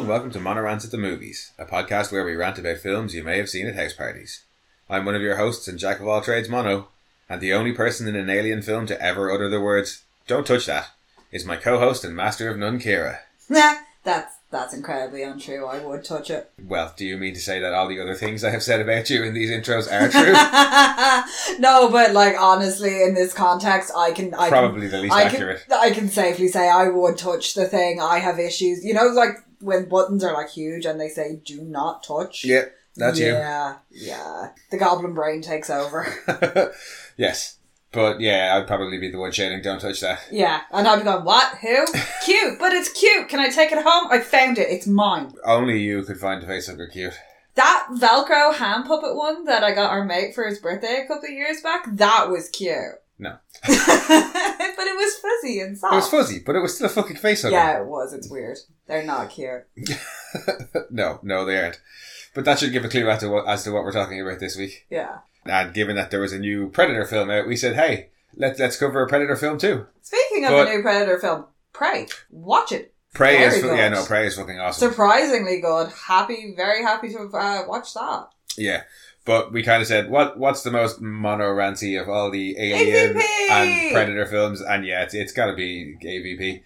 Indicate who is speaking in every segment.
Speaker 1: Rants at the Movies, a podcast where we rant about films you may have seen at house parties. I'm one of your hosts and jack of all trades, Mono, and the only person in an alien film to ever utter the words, Don't touch that, is my co host and master of none, Kira.
Speaker 2: Nah, that's that's incredibly untrue. I would touch it.
Speaker 1: Well, do you mean to say that all the other things I have said about you in these intros are true?
Speaker 2: no, but like honestly, in this context, I can I can,
Speaker 1: Probably the least
Speaker 2: I can,
Speaker 1: accurate.
Speaker 2: I can safely say I would touch the thing. I have issues. You know, like when buttons are like huge and they say "do not touch."
Speaker 1: Yeah, that's you.
Speaker 2: yeah, yeah. The goblin brain takes over.
Speaker 1: yes. But yeah, I'd probably be the one shouting, don't touch that.
Speaker 2: yeah, and I'd be going, "What? Who? cute, but it's cute. Can I take it home? I found it. It's mine."
Speaker 1: Only you could find a facehugger cute.
Speaker 2: That Velcro hand puppet one that I got our mate for his birthday a couple of years back, that was cute.
Speaker 1: No.
Speaker 2: but it was fuzzy and
Speaker 1: It was
Speaker 2: soft.
Speaker 1: fuzzy, but it was still a fucking facehugger.
Speaker 2: Ah. yeah, it was. It's weird. They're not cute.
Speaker 1: No, no, they aren't. But that should give a clue as to what, as to what we're talking about this week.
Speaker 2: Yeah.
Speaker 1: And given that there was a new Predator film out, we said, hey, let, let's cover a Predator film too.
Speaker 2: Speaking of
Speaker 1: But-
Speaker 2: the new Predator film, Prey. Watch it.
Speaker 1: Prey
Speaker 2: Very
Speaker 1: is, fu-
Speaker 2: good.
Speaker 1: yeah, no, Prey is fucking awesome.
Speaker 2: Surprisingly good. Happy, very happy to have uh, watched that.
Speaker 1: yeah. But we kind of said, what what's the most mono ranty of all the Alien
Speaker 2: AVP!
Speaker 1: and Predator films? And yeah, it's, it's got to be AVP.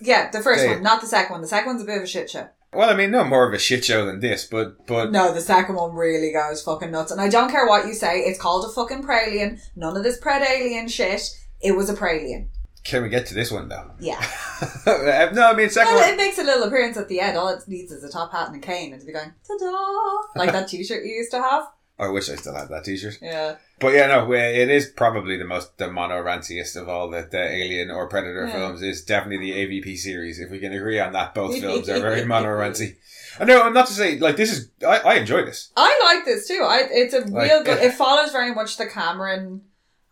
Speaker 2: Yeah, the first
Speaker 1: Dave.
Speaker 2: one, not the second one. The second one's a bit of a shit show.
Speaker 1: Well, I mean, no more of a shit show than this, but but
Speaker 2: No, the second one really goes fucking nuts. And I don't care what you say, it's called a fucking Praelian. None of this Predalien shit. It was a Praelian.
Speaker 1: can we get to this one though?
Speaker 2: Yeah.
Speaker 1: no, I mean, second
Speaker 2: Well,
Speaker 1: one.
Speaker 2: it makes a little appearance at the end. All it needs is a top hat and a cane, and it'll be going ta-da, like that T-shirt you used to have.
Speaker 1: I wish I still had that t shirt.
Speaker 2: Yeah,
Speaker 1: But yeah, no, we- it is probably the most the mono ranciest of all the, the Alien or Predator
Speaker 2: Yeah.
Speaker 1: films. Is definitely the AVP series. If we can agree on that, both films are very mono rancy. And no, I'm not to say like this is. I, I enjoy this.
Speaker 2: I like this too. I it's a
Speaker 1: Like,
Speaker 2: real good.
Speaker 1: yeah.
Speaker 2: It follows very much the Cameron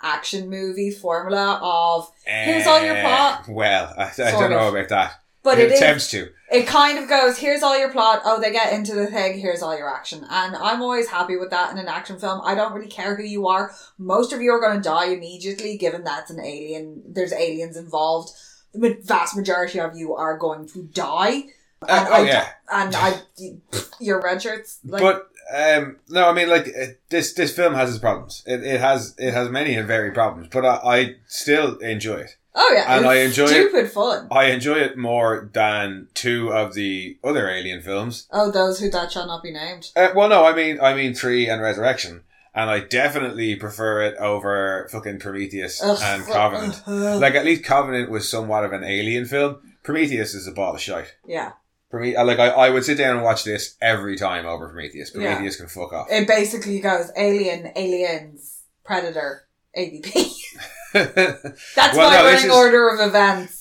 Speaker 2: action movie formula of, Here's all your
Speaker 1: Eh,
Speaker 2: plot.
Speaker 1: Well, I, I
Speaker 2: Sort
Speaker 1: don't know
Speaker 2: of.
Speaker 1: about that.
Speaker 2: but
Speaker 1: it,
Speaker 2: it is
Speaker 1: attempts to.
Speaker 2: it kind of goes here's all your plot. Oh, they get into the thing. Here's all your action, and I'm always happy with that in an action film. I don't really care who you are. Most of you are going to die immediately, given that's an alien. There's aliens involved. The ma- vast majority of you are going to die.
Speaker 1: Uh,
Speaker 2: And
Speaker 1: oh
Speaker 2: I-
Speaker 1: yeah,
Speaker 2: and I, your red shirts. Like,
Speaker 1: but um, no, I mean like uh, this this film has its problems. It, it has it has many and varied problems, but I, I still enjoy it.
Speaker 2: oh yeah,
Speaker 1: and
Speaker 2: it's
Speaker 1: I enjoy it.
Speaker 2: stupid fun.
Speaker 1: I enjoy it more than two of the other Alien films.
Speaker 2: Oh, those who that shall not be named.
Speaker 1: Uh, well, no, I mean, I mean three and Resurrection, and I definitely prefer it over fucking Prometheus
Speaker 2: Ugh,
Speaker 1: and
Speaker 2: fu-
Speaker 1: Covenant.
Speaker 2: ugh.
Speaker 1: Like at least Covenant was somewhat of an alien film. Prometheus is a ball of shite.
Speaker 2: yeah,
Speaker 1: Prome- uh, like I, I would sit down and watch this every time over Prometheus.
Speaker 2: Yeah.
Speaker 1: Prometheus can fuck off.
Speaker 2: it basically goes alien, aliens, predator, ADP. That's
Speaker 1: Well,
Speaker 2: my
Speaker 1: no, this
Speaker 2: running
Speaker 1: is-
Speaker 2: order of events.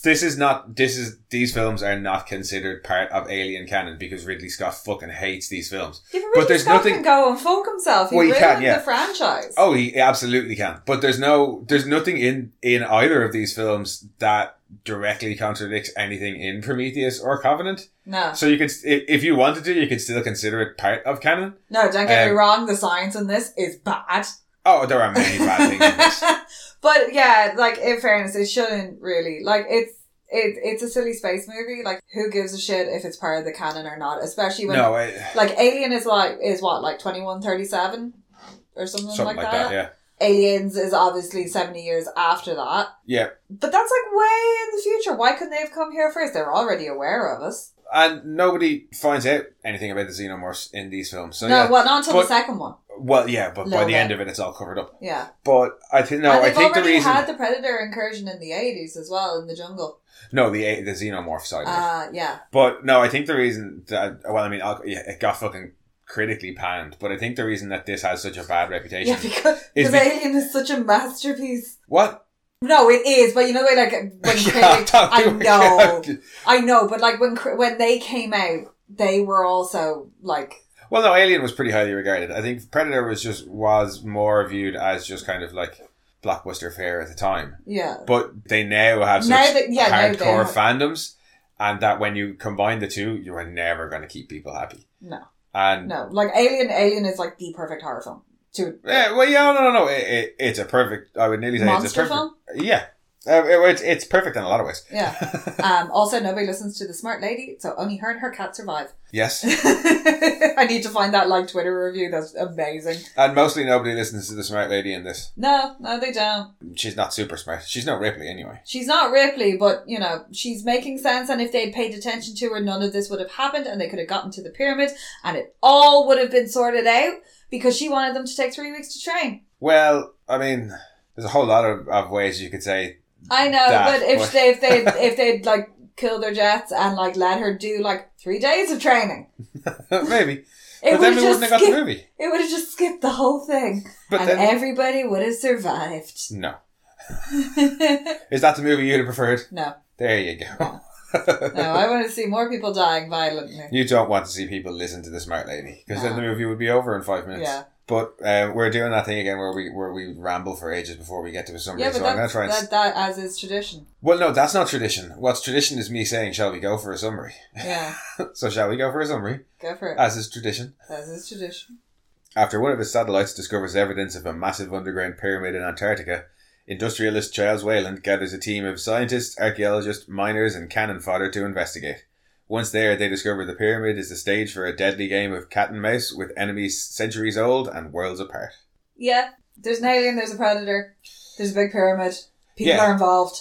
Speaker 1: this is not. This is these films are not considered part of alien canon because Ridley Scott fucking hates these films.
Speaker 2: Yeah,
Speaker 1: But there's
Speaker 2: Scott
Speaker 1: nothing-
Speaker 2: Can go and fuck himself. He
Speaker 1: Well, he
Speaker 2: ruined
Speaker 1: can, yeah.
Speaker 2: the franchise.
Speaker 1: Oh, he absolutely can. But there's no, there's nothing in in either of these films that directly contradicts anything in Prometheus or Covenant.
Speaker 2: No,
Speaker 1: So you could, i- if you wanted to, you could still consider it part of canon.
Speaker 2: no, don't get me
Speaker 1: Um,
Speaker 2: wrong. The science in this is bad.
Speaker 1: Oh, there are many bad things. In this.
Speaker 2: but yeah, like in fairness, it shouldn't really. Like it's it, it's a silly space movie. Like who gives a shit if it's part of the canon or not? Especially when
Speaker 1: No, I,
Speaker 2: like Alien is like is what like twenty one thirty seven or something,
Speaker 1: something
Speaker 2: like,
Speaker 1: like
Speaker 2: that.
Speaker 1: that. Yeah,
Speaker 2: Aliens is obviously seventy years after that.
Speaker 1: yeah.
Speaker 2: But that's like way in the future. Why couldn't they have come here first? They're already aware of us.
Speaker 1: And nobody finds out anything about the xenomorphs in these films. So
Speaker 2: no,
Speaker 1: yeah,
Speaker 2: well, not until
Speaker 1: But-
Speaker 2: the second one.
Speaker 1: well, yeah, but by
Speaker 2: Little
Speaker 1: the
Speaker 2: bit.
Speaker 1: end of it, it's all covered up.
Speaker 2: Yeah.
Speaker 1: But I think no,
Speaker 2: and
Speaker 1: I
Speaker 2: they've
Speaker 1: think the
Speaker 2: already
Speaker 1: reason
Speaker 2: had the predator incursion in the eighties as well in the jungle.
Speaker 1: no the a- the xenomorph side. of it.
Speaker 2: Uh, yeah.
Speaker 1: But no, I think the reason that well, I mean, I'll, yeah, it got fucking critically panned. But I think the reason that this has such a bad reputation,
Speaker 2: Yeah, because,
Speaker 1: Is
Speaker 2: because
Speaker 1: the-
Speaker 2: Alien is such a masterpiece.
Speaker 1: what?
Speaker 2: No, it is, but you know the way, like when
Speaker 1: I
Speaker 2: critics,
Speaker 1: thought
Speaker 2: I
Speaker 1: you were-
Speaker 2: know, I know, but like when cri- when they came out, they were also like,
Speaker 1: Well, no, Alien was pretty highly regarded. I think Predator was just was more viewed as just kind of like blockbuster fare at the time.
Speaker 2: yeah,
Speaker 1: But they now have such
Speaker 2: Now that- yeah, now they
Speaker 1: hardcore
Speaker 2: have-
Speaker 1: fandoms, and that when you combine the two, you are never going to keep people happy.
Speaker 2: No.
Speaker 1: And
Speaker 2: no, like Alien, Alien is like the perfect horror film to
Speaker 1: yeah, well, yeah, no, no, no. It, it, it's a perfect. I would nearly say it's a
Speaker 2: monster
Speaker 1: perfect.
Speaker 2: film.
Speaker 1: Yeah, Uh, it- it's, it's perfect in a lot of ways.
Speaker 2: Yeah. Um, also, nobody listens to the smart lady, so only her and her cat survive.
Speaker 1: Yes.
Speaker 2: I need to find that like Twitter review. That's amazing.
Speaker 1: And mostly nobody listens to the smart lady in this.
Speaker 2: No, no, they don't.
Speaker 1: She's not super smart. She's no Ripley anyway.
Speaker 2: She's not Ripley, but you know she's making sense. And if they'd paid attention to her, none of this would have happened, and they could have gotten to the pyramid, and it all would have been sorted out because she wanted them to take three weeks to train.
Speaker 1: Well, I mean, there's a whole lot of, of ways you could say
Speaker 2: I know,
Speaker 1: Daft,
Speaker 2: but if
Speaker 1: but-
Speaker 2: they if they if they'd like killed their jets and like let her do like three days of training,
Speaker 1: maybe.
Speaker 2: it
Speaker 1: but then
Speaker 2: would
Speaker 1: we
Speaker 2: have just
Speaker 1: wouldn't have got the
Speaker 2: skipped,
Speaker 1: movie.
Speaker 2: it would have just skipped the whole thing.
Speaker 1: But
Speaker 2: and
Speaker 1: then
Speaker 2: everybody would have survived.
Speaker 1: no.
Speaker 2: no,
Speaker 1: Is that the movie you'd have preferred?
Speaker 2: no,
Speaker 1: There you go.
Speaker 2: I want to see more people dying violently.
Speaker 1: you don't want to see people listen to the smart lady because then the movie would be over in five minutes.
Speaker 2: Yeah,
Speaker 1: But uh, we're doing that thing again where we where we ramble for ages before we get to a summary.
Speaker 2: yeah, but
Speaker 1: so I'm going
Speaker 2: that's,
Speaker 1: to try and. s-
Speaker 2: that, that as is tradition.
Speaker 1: Well, no, that's not tradition. What's tradition is me saying, "Shall we go for a summary?"
Speaker 2: Yeah,
Speaker 1: so shall we go for a summary,
Speaker 2: go for it.
Speaker 1: as is tradition.
Speaker 2: As is tradition.
Speaker 1: After one of his satellites discovers evidence of a massive underground pyramid in Antarctica, industrialist Charles Weyland gathers a team of scientists, archaeologists, miners, and cannon fodder to investigate. Once there, they discover the pyramid is the stage for a deadly game of cat and mouse with enemies centuries old and worlds apart.
Speaker 2: Yeah, there's an alien. There's a predator. There's a big pyramid. People
Speaker 1: Yeah.
Speaker 2: are involved.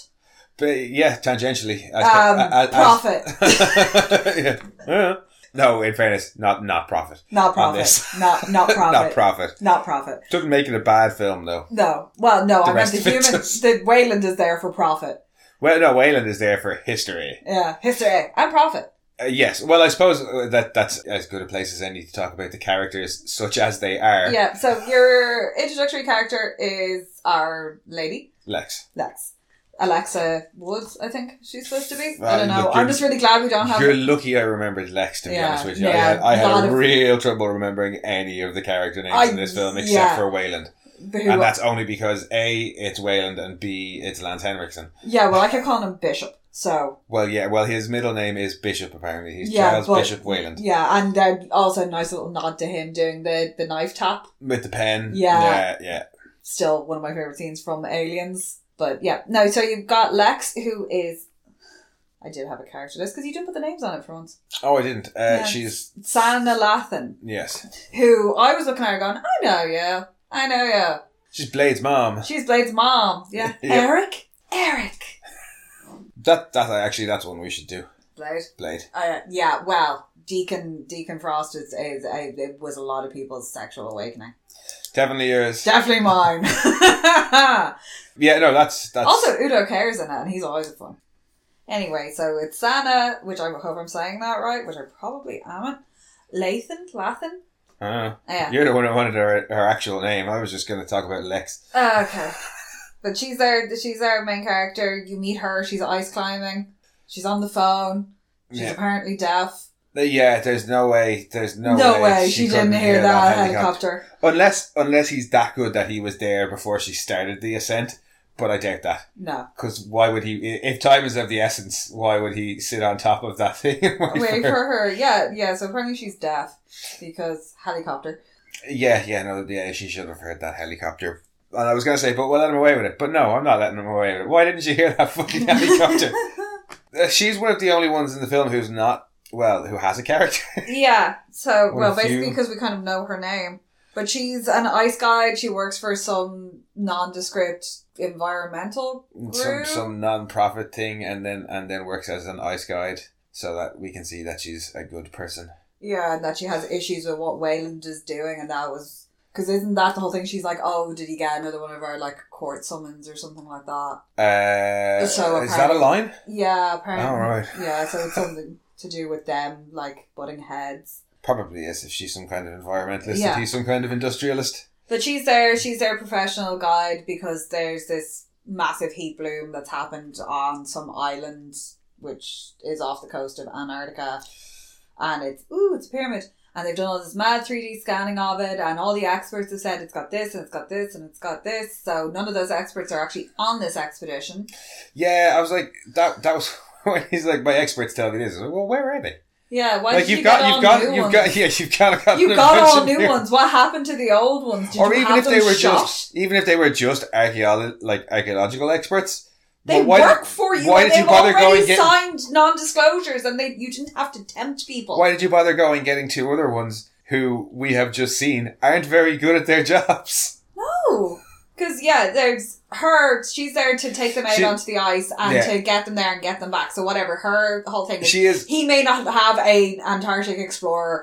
Speaker 1: But yeah, tangentially, as,
Speaker 2: Um,
Speaker 1: as- as-
Speaker 2: profit,
Speaker 1: Yeah. Yeah. No, in fairness, not not profit,
Speaker 2: not profit,
Speaker 1: this.
Speaker 2: not not profit,
Speaker 1: not profit.
Speaker 2: not profit.
Speaker 1: Doesn't make it a bad film though.
Speaker 2: No, well, no,
Speaker 1: The
Speaker 2: I meant
Speaker 1: rest
Speaker 2: the
Speaker 1: of it
Speaker 2: human.
Speaker 1: does.
Speaker 2: The Wayland is there for profit.
Speaker 1: Well, no, Weyland is there for history.
Speaker 2: Yeah, history and profit.
Speaker 1: Uh, yes. Well, I suppose uh, that that's as good a place as any to talk about the characters such as they are.
Speaker 2: Yeah. So your introductory character is our lady.
Speaker 1: Lex.
Speaker 2: Lex. Alexa Woods, I think she's supposed to be. I don't
Speaker 1: Uh, look,
Speaker 2: know. I'm
Speaker 1: you're-
Speaker 2: just really glad we don't have.
Speaker 1: You're lucky I remembered Lex, to be
Speaker 2: Yeah,
Speaker 1: honest with you. I
Speaker 2: yeah,
Speaker 1: had, I
Speaker 2: lot
Speaker 1: had
Speaker 2: of-
Speaker 1: real trouble remembering any of the character names
Speaker 2: I-
Speaker 1: in this film except
Speaker 2: yeah.
Speaker 1: for Wayland.
Speaker 2: who-
Speaker 1: And that's only because A, it's Wayland, and B, it's Lance Henriksen.
Speaker 2: yeah, well, I kept calling him Bishop. So
Speaker 1: Well, yeah, well, his middle name is Bishop, apparently. He's
Speaker 2: Yeah,
Speaker 1: Charles
Speaker 2: but-
Speaker 1: Bishop Wayland.
Speaker 2: yeah, and then also a nice little nod to him doing the the knife tap.
Speaker 1: With the pen.
Speaker 2: Yeah.
Speaker 1: Yeah, yeah.
Speaker 2: Still one of my favorite scenes from Aliens. But yeah, no. So you've got Lex, who is. I did have a character list because you didn't put the names on it for once.
Speaker 1: Oh, I didn't. Uh,
Speaker 2: Yeah.
Speaker 1: She's.
Speaker 2: Sana Lathan,
Speaker 1: Yes.
Speaker 2: who I was looking at her going, I know you, I know you.
Speaker 1: She's Blade's mom.
Speaker 2: She's Blade's mom. Yeah,
Speaker 1: Yeah.
Speaker 2: Eric, Eric,
Speaker 1: That, that actually, that's one we should do.
Speaker 2: Blade.
Speaker 1: Blade.
Speaker 2: Uh, yeah, well, Deacon Deacon Frost is, is a, it was a lot of people's sexual awakening.
Speaker 1: Definitely yours.
Speaker 2: Definitely mine.
Speaker 1: Yeah, no, that's that's
Speaker 2: also, Udo cares in it, and he's always a fun. Anyway, so it's Sana, which I hope I'm saying that right, which I probably am. Lathan, Lathan, Oh,
Speaker 1: Uh,
Speaker 2: yeah,
Speaker 1: you're the one who wanted her, her actual name. I was just going to talk about Lex.
Speaker 2: Uh, okay. But she's our she's our main character. You meet her. She's ice climbing. She's on the phone. She's
Speaker 1: Yeah,
Speaker 2: apparently deaf.
Speaker 1: yeah. There's no way. There's no,
Speaker 2: No, way, she, didn't
Speaker 1: couldn't
Speaker 2: hear that, helicopter.
Speaker 1: Unless, unless he's that good that he was there before she started the ascent. But I doubt that.
Speaker 2: No.
Speaker 1: Because why would he? i- If time is of the essence, why would he sit on top of that thing? and wait
Speaker 2: Wait
Speaker 1: for
Speaker 2: for her. Yeah, yeah. So apparently she's deaf because helicopter.
Speaker 1: Yeah, yeah. No, yeah. She should have heard that helicopter. And I was going to say, but we'll let him away with it. But no, I'm not letting him away with it. Why didn't you hear that fucking helicopter? Uh, She's one of the only ones in the film who's not well, who has a character.
Speaker 2: yeah. So
Speaker 1: What
Speaker 2: well,
Speaker 1: a
Speaker 2: basically
Speaker 1: few.
Speaker 2: because we kind of know her name, but she's an ice guide. She works for some nondescript environmental
Speaker 1: some
Speaker 2: group.
Speaker 1: some non-profit thing, and then and then works as an ice guide, so that we can see that she's a good person.
Speaker 2: Yeah, and that she has issues with what Wayland is doing, and that was because isn't that the whole thing? She's like, oh, did he get another one of our like court summons or something like that?
Speaker 1: Uh,
Speaker 2: So
Speaker 1: is that a
Speaker 2: apparently-
Speaker 1: line?
Speaker 2: Yeah, apparently.
Speaker 1: All right,
Speaker 2: Yeah, so it's something to do with them like butting heads.
Speaker 1: probably is if she's some kind of environmentalist
Speaker 2: Yeah.
Speaker 1: and he's some kind of industrialist.
Speaker 2: But she's their she's their professional guide because there's this massive heat bloom that's happened on some island which is off the coast of Antarctica, and it's ooh, it's a pyramid, and they've done all this mad three D scanning of it, and all the experts have said it's got this and it's got this and it's got this. So none of those experts are actually on this expedition.
Speaker 1: Yeah, I was like that. That was when he's like, my experts tell me this. I was like, well, where are they?
Speaker 2: Yeah, why
Speaker 1: like
Speaker 2: did you
Speaker 1: you've
Speaker 2: get
Speaker 1: got,
Speaker 2: all
Speaker 1: you've got,
Speaker 2: new
Speaker 1: you've
Speaker 2: ones?
Speaker 1: got, yeah, you've got, got,
Speaker 2: you got all new ones. What happened to the old ones? Did
Speaker 1: or
Speaker 2: you
Speaker 1: even
Speaker 2: have
Speaker 1: if
Speaker 2: them
Speaker 1: they were
Speaker 2: shot?
Speaker 1: just even if they were just archaeolo- like archaeological experts
Speaker 2: They
Speaker 1: But why-
Speaker 2: work for you.
Speaker 1: why
Speaker 2: and
Speaker 1: did you
Speaker 2: they've
Speaker 1: bother
Speaker 2: already
Speaker 1: going getting-
Speaker 2: signed non-disclosures, and they you didn't have to tempt people.
Speaker 1: Why did you bother going getting two other ones who we have just seen aren't very good at their jobs?
Speaker 2: No, because Oh, yeah, there's her. She's there to take them out
Speaker 1: She-
Speaker 2: onto the ice and
Speaker 1: Yeah.
Speaker 2: to get them there and get them back. So whatever her whole thing is,
Speaker 1: She is.
Speaker 2: he may not have a Antarctic explorer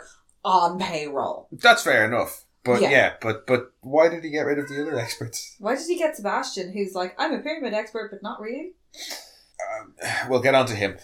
Speaker 2: on payroll.
Speaker 1: That's fair enough. But
Speaker 2: Yeah.
Speaker 1: yeah. but but why did he get rid of the other experts?
Speaker 2: Why did he get Sebastian, who's like, I'm a pyramid expert, but not really?
Speaker 1: We'll get on to him.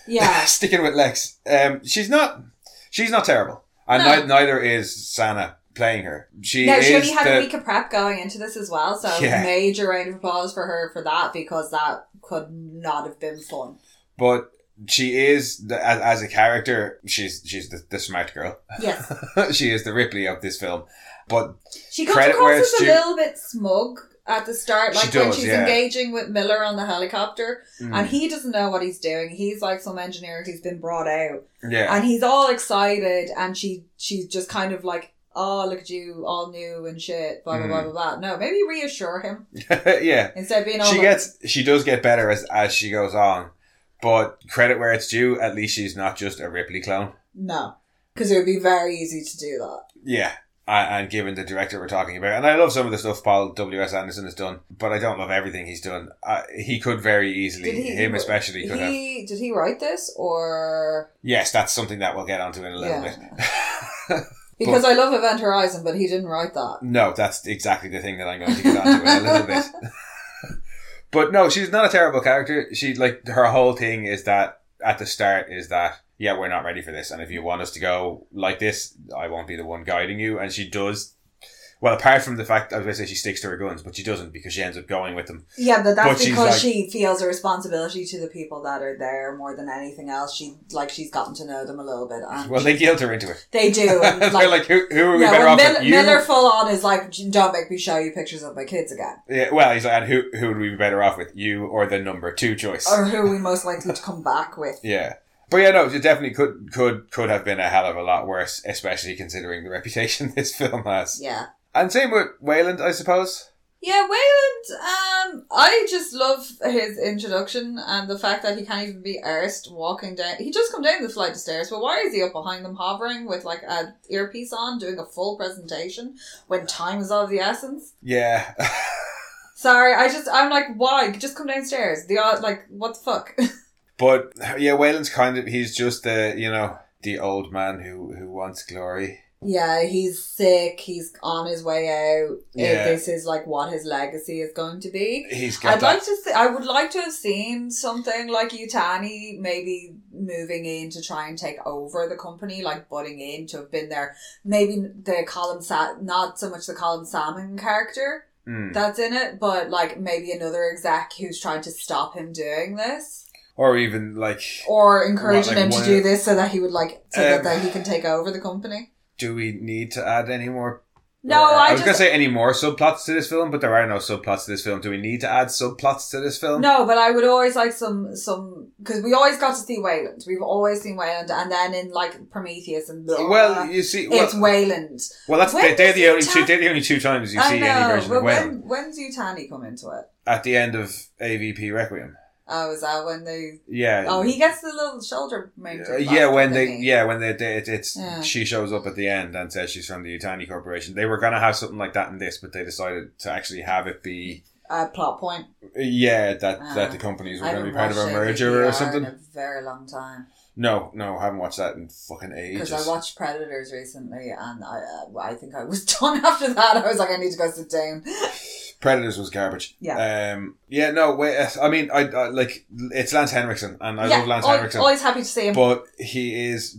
Speaker 2: Yeah,
Speaker 1: Sticking with Lex, um, she's not. She's not terrible, and
Speaker 2: No.
Speaker 1: ni- neither is Sana playing her. She
Speaker 2: no,
Speaker 1: is
Speaker 2: she only had
Speaker 1: the,
Speaker 2: a week of prep going into this as well, so
Speaker 1: Yeah.
Speaker 2: major round of applause for her for that because that could not have been fun.
Speaker 1: but she is the, as, as a character. She's she's the, the smart girl.
Speaker 2: Yes,
Speaker 1: she is the Ripley of this film. But
Speaker 2: she comes
Speaker 1: Credit where
Speaker 2: across
Speaker 1: it's
Speaker 2: as a
Speaker 1: due.
Speaker 2: little bit smug at the start,
Speaker 1: She
Speaker 2: like when
Speaker 1: does,
Speaker 2: she's
Speaker 1: yeah.
Speaker 2: engaging with Miller on the helicopter. and
Speaker 1: mm,
Speaker 2: he doesn't know what he's doing. He's like some engineer who's been brought out,
Speaker 1: yeah,
Speaker 2: and he's all excited, and she she's just kind of like, "Oh, look at you, all new and shit." Blah blah blah blah blah. No, maybe reassure him
Speaker 1: Hmm. yeah.
Speaker 2: instead of being all.
Speaker 1: She
Speaker 2: like-
Speaker 1: gets she does get better as as she goes on. But credit where it's due, at least she's not just a Ripley clone.
Speaker 2: no, because it would be very easy to do that.
Speaker 1: Yeah. And and given the director we're talking about, and I love some of the stuff Paul W S Anderson has done, but I don't love everything he's done. Uh, he could very easily,
Speaker 2: Did he-
Speaker 1: him
Speaker 2: he-
Speaker 1: especially, could have.
Speaker 2: He did he write this or
Speaker 1: Yes, that's something that we'll get onto in a little
Speaker 2: Yeah.
Speaker 1: bit.
Speaker 2: because I love Event Horizon, but he didn't write that.
Speaker 1: No, that's exactly the thing that I'm going to get onto in a little bit. but no, she's not a terrible character. She like her whole thing is that at the start is that yeah, we're not ready for this, and if you want us to go like this, I won't be the one guiding you. And she does. Well, apart from the fact I was going to say she sticks to her guns, but she doesn't because she ends up going with them.
Speaker 2: Yeah,
Speaker 1: But
Speaker 2: but that's
Speaker 1: she's
Speaker 2: because
Speaker 1: like-
Speaker 2: she feels a responsibility to the people that are there more than anything else. She like she's gotten to know them a little bit, and
Speaker 1: Well, they guilt her into it.
Speaker 2: they do. And,
Speaker 1: They're like, who, who are we
Speaker 2: Ah. Yeah,
Speaker 1: better
Speaker 2: when
Speaker 1: off
Speaker 2: Mil-
Speaker 1: with? You?
Speaker 2: Miller full on is like, don't make me show you pictures of my kids again,
Speaker 1: Yeah, well, he's like, and who, who would we be better off with? You or the number two choice?
Speaker 2: or who are we most likely to come back with?
Speaker 1: Yeah. But yeah, no, it definitely could could could have been a hell of a lot worse, especially considering the reputation this film has.
Speaker 2: Yeah,
Speaker 1: And same with Wayland, I suppose.
Speaker 2: yeah. Wayland, um, I just love his introduction and the fact that he can't even be arsed walking down. He just come down the flight of stairs, but why is he up behind them, hovering with like a earpiece on, doing a full presentation when time is of the essence?
Speaker 1: Yeah.
Speaker 2: Sorry, I just I'm like, why? Just come downstairs. The odd- like, what the fuck?
Speaker 1: but yeah, Wayland's kind of he's just the you know, the old man who who wants glory.
Speaker 2: Yeah, he's sick. He's on his way out.
Speaker 1: Yeah.
Speaker 2: Yeah. This is like what his legacy is going to be.
Speaker 1: He's got
Speaker 2: I'd
Speaker 1: that
Speaker 2: like to. See, I would like to have seen something like Utani maybe moving in to try and take over the company, like butting in to have been there. Maybe the Colin Sa- not so much the Colin Salmon character
Speaker 1: Mm.
Speaker 2: that's in it, but like maybe another exec who's trying to stop him doing this
Speaker 1: or even like
Speaker 2: or encouraging
Speaker 1: What, like
Speaker 2: him to
Speaker 1: one-
Speaker 2: do this so that he would like so
Speaker 1: Um,
Speaker 2: that, that he can take over the company.
Speaker 1: do we need to add any more
Speaker 2: No,
Speaker 1: or-
Speaker 2: I,
Speaker 1: was
Speaker 2: just
Speaker 1: gonna say any more subplots to this film, but there are no subplots to this film. Do we need to add subplots to this film?
Speaker 2: No, but I would always like some some because we always got to see Wayland. We've always seen Wayland, and then in like Prometheus and blah,
Speaker 1: Well, you see, well,
Speaker 2: Uh, it's Wayland.
Speaker 1: well that's
Speaker 2: when
Speaker 1: they, they're
Speaker 2: does
Speaker 1: the only
Speaker 2: Utah-
Speaker 1: two. They're the only two times you
Speaker 2: I
Speaker 1: see any
Speaker 2: know,
Speaker 1: version
Speaker 2: but
Speaker 1: of Wayland.
Speaker 2: when when's Utani come into it?
Speaker 1: at the end of AVP Requiem.
Speaker 2: Oh, is that when they?
Speaker 1: Yeah.
Speaker 2: Oh, he gets the little shoulder made.
Speaker 1: Uh, yeah, when they, yeah, when they, they it, it's
Speaker 2: Yeah.
Speaker 1: she shows up at the end and says she's from the Utani Corporation. They were gonna have something like that in this, but they decided to actually have it be
Speaker 2: uh, plot point.
Speaker 1: yeah that
Speaker 2: Ah.
Speaker 1: that the companies were
Speaker 2: I
Speaker 1: gonna be
Speaker 2: haven't
Speaker 1: part of a
Speaker 2: watched
Speaker 1: merger or
Speaker 2: AVPR
Speaker 1: something.
Speaker 2: in a very long time
Speaker 1: No, no, I haven't watched that in fucking ages.
Speaker 2: because I watched Predators recently, and I uh, I think I was done after that. I was like, I need to go sit down.
Speaker 1: Predators was garbage.
Speaker 2: Yeah.
Speaker 1: Um. Yeah. No. Wait. uh, I mean, I, I like it's Lance Henriksen, and I
Speaker 2: yeah, oh,
Speaker 1: love Lance
Speaker 2: al-
Speaker 1: Henriksen.
Speaker 2: always happy to see him.
Speaker 1: but he is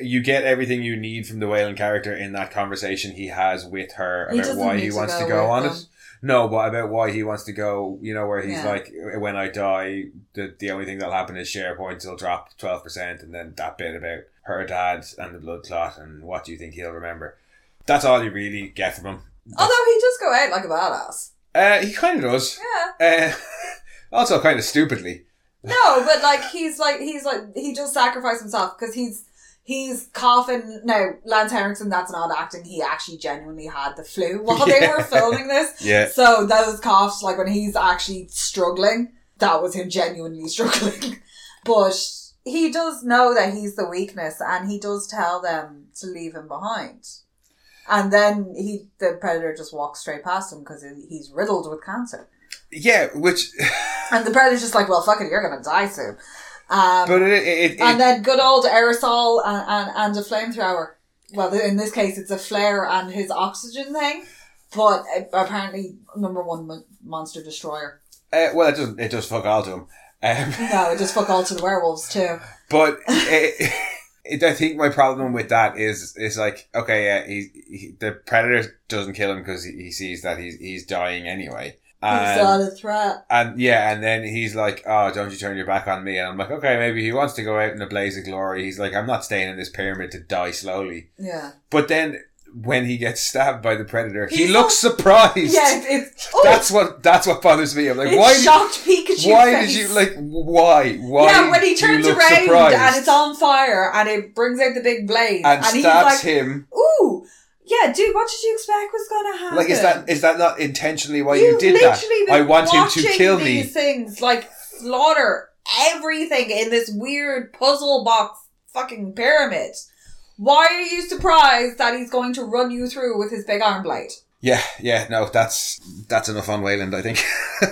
Speaker 1: you get everything you need from the Whalen character in that conversation he has with her
Speaker 2: He
Speaker 1: about
Speaker 2: doesn't
Speaker 1: why
Speaker 2: need
Speaker 1: he
Speaker 2: to
Speaker 1: wants
Speaker 2: go
Speaker 1: to go
Speaker 2: with
Speaker 1: on
Speaker 2: them.
Speaker 1: it no but about why he wants to go you know where he's
Speaker 2: Yeah.
Speaker 1: like when I die the, the only thing that'll happen is SharePoint will drop 12% and then that bit about her dad and the blood clot and what do you think he'll remember that's all you really get from him
Speaker 2: Although he does go out like a badass.
Speaker 1: uh, he kind of does
Speaker 2: Yeah.
Speaker 1: uh, also kind of stupidly
Speaker 2: No, but like he's like he's like he does sacrifice himself because he's he's coughing. No, Lance Henriksen, that's not acting. He actually genuinely had the flu while they
Speaker 1: Yeah.
Speaker 2: were filming this.
Speaker 1: yeah
Speaker 2: So those coughs, like when he's actually struggling, that was him genuinely struggling. but he does know that he's the weakness and he does tell them to leave him behind. And then he, the predator just walks straight past him because he's riddled with cancer.
Speaker 1: Yeah, which,
Speaker 2: And the predator's just like, well, fuck it, you're going to die soon. Um,
Speaker 1: but it, it, it,
Speaker 2: and then good old aerosol and, and, and a flamethrower. Well, th- in this case, it's a flare and his oxygen thing. But uh, apparently, number one mon- monster destroyer.
Speaker 1: uh, well, it doesn't. It does fuck all to him. Um,
Speaker 2: No, it just fuck all to the werewolves too.
Speaker 1: but it, it, I think my problem with that is is like okay, yeah, he, he the predator doesn't kill him because he, he sees that he's he's dying anyway.
Speaker 2: He's
Speaker 1: Um,
Speaker 2: not a threat.
Speaker 1: and yeah, and then he's like, "Oh, don't you turn your back on me?" And I'm like, "Okay, maybe he wants to go out in a blaze of glory." He's like, "I'm not staying in this pyramid to die slowly."
Speaker 2: Yeah.
Speaker 1: But then when he gets stabbed by the predator, he
Speaker 2: He's
Speaker 1: looks surprised.
Speaker 2: Yeah, it- it's. Oh,
Speaker 1: That's what that's what bothers me. I'm like,
Speaker 2: it
Speaker 1: why? Did,
Speaker 2: shocked Pikachu.
Speaker 1: why
Speaker 2: face.
Speaker 1: did you like? Why? Why?
Speaker 2: yeah, when
Speaker 1: do
Speaker 2: he
Speaker 1: you
Speaker 2: turns
Speaker 1: look
Speaker 2: around and it's on fire and it brings out the big blaze
Speaker 1: and
Speaker 2: and, he's
Speaker 1: stabs
Speaker 2: like,
Speaker 1: him.
Speaker 2: "Ooh, yeah, dude, what did you expect was gonna happen?"
Speaker 1: Like, is that is that not intentionally why you, did that?
Speaker 2: literally
Speaker 1: I
Speaker 2: been
Speaker 1: want him to
Speaker 2: watching
Speaker 1: kill me.
Speaker 2: these Things like slaughter everything in this weird puzzle box fucking pyramid. Why are you surprised that he's going to run you through with his big arm blade?
Speaker 1: Yeah, yeah, no, that's that's enough on Wayland. I think.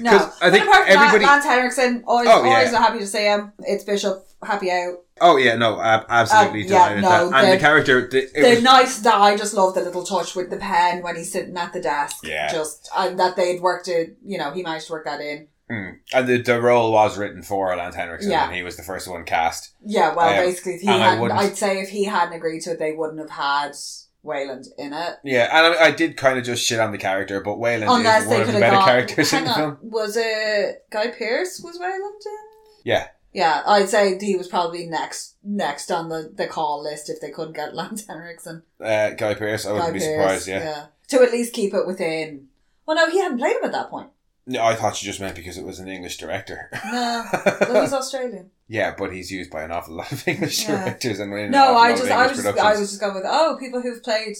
Speaker 2: No,
Speaker 1: 'Cause I
Speaker 2: But
Speaker 1: think
Speaker 2: apart from
Speaker 1: everybody-
Speaker 2: That, Lance Henriksen, always,
Speaker 1: Oh, yeah.
Speaker 2: always happy to see him. It's Bishop, happy out.
Speaker 1: oh yeah, no, ab- absolutely
Speaker 2: Um, yeah,
Speaker 1: delighted.
Speaker 2: no,
Speaker 1: that. And the,
Speaker 2: the-
Speaker 1: character, the, it
Speaker 2: the
Speaker 1: was-
Speaker 2: nice that I just love the little touch with the pen when he's sitting at the desk.
Speaker 1: Yeah.
Speaker 2: Just and that they'd worked it. You know, he managed to work that in.
Speaker 1: mm. and the, the role was written for Lance Henriksen,
Speaker 2: Yeah.
Speaker 1: and he was the first one cast.
Speaker 2: Yeah, well,
Speaker 1: Um,
Speaker 2: basically, if he
Speaker 1: and I
Speaker 2: hadn't,
Speaker 1: wouldn't-
Speaker 2: I'd say if he hadn't agreed to it, they wouldn't have had Wayland in it.
Speaker 1: Yeah, and I, I did kind of just shit on the character, but Wayland
Speaker 2: Unless
Speaker 1: is
Speaker 2: they
Speaker 1: one of
Speaker 2: could
Speaker 1: the
Speaker 2: have
Speaker 1: better
Speaker 2: got.
Speaker 1: characters in
Speaker 2: hang
Speaker 1: the
Speaker 2: on,
Speaker 1: film.
Speaker 2: was it Guy Pearce was Wayland in?
Speaker 1: Yeah.
Speaker 2: Yeah, I'd say he was probably next next on the, the call list if they couldn't get Lance Henriksen.
Speaker 1: Uh, Guy Pearce, I wouldn't be
Speaker 2: Guy Pearce,
Speaker 1: surprised. Yeah.
Speaker 2: To at least keep it within. Well, no, he hadn't played him at that point.
Speaker 1: no, I thought you just meant because it was an English director.
Speaker 2: No, well, he's Australian.
Speaker 1: yeah, but he's used by an awful lot of English
Speaker 2: Yeah.
Speaker 1: directors and in an
Speaker 2: No,
Speaker 1: awful lot
Speaker 2: I
Speaker 1: of
Speaker 2: just, I
Speaker 1: English
Speaker 2: was, just, I
Speaker 1: productions.
Speaker 2: was just going with oh, people who've played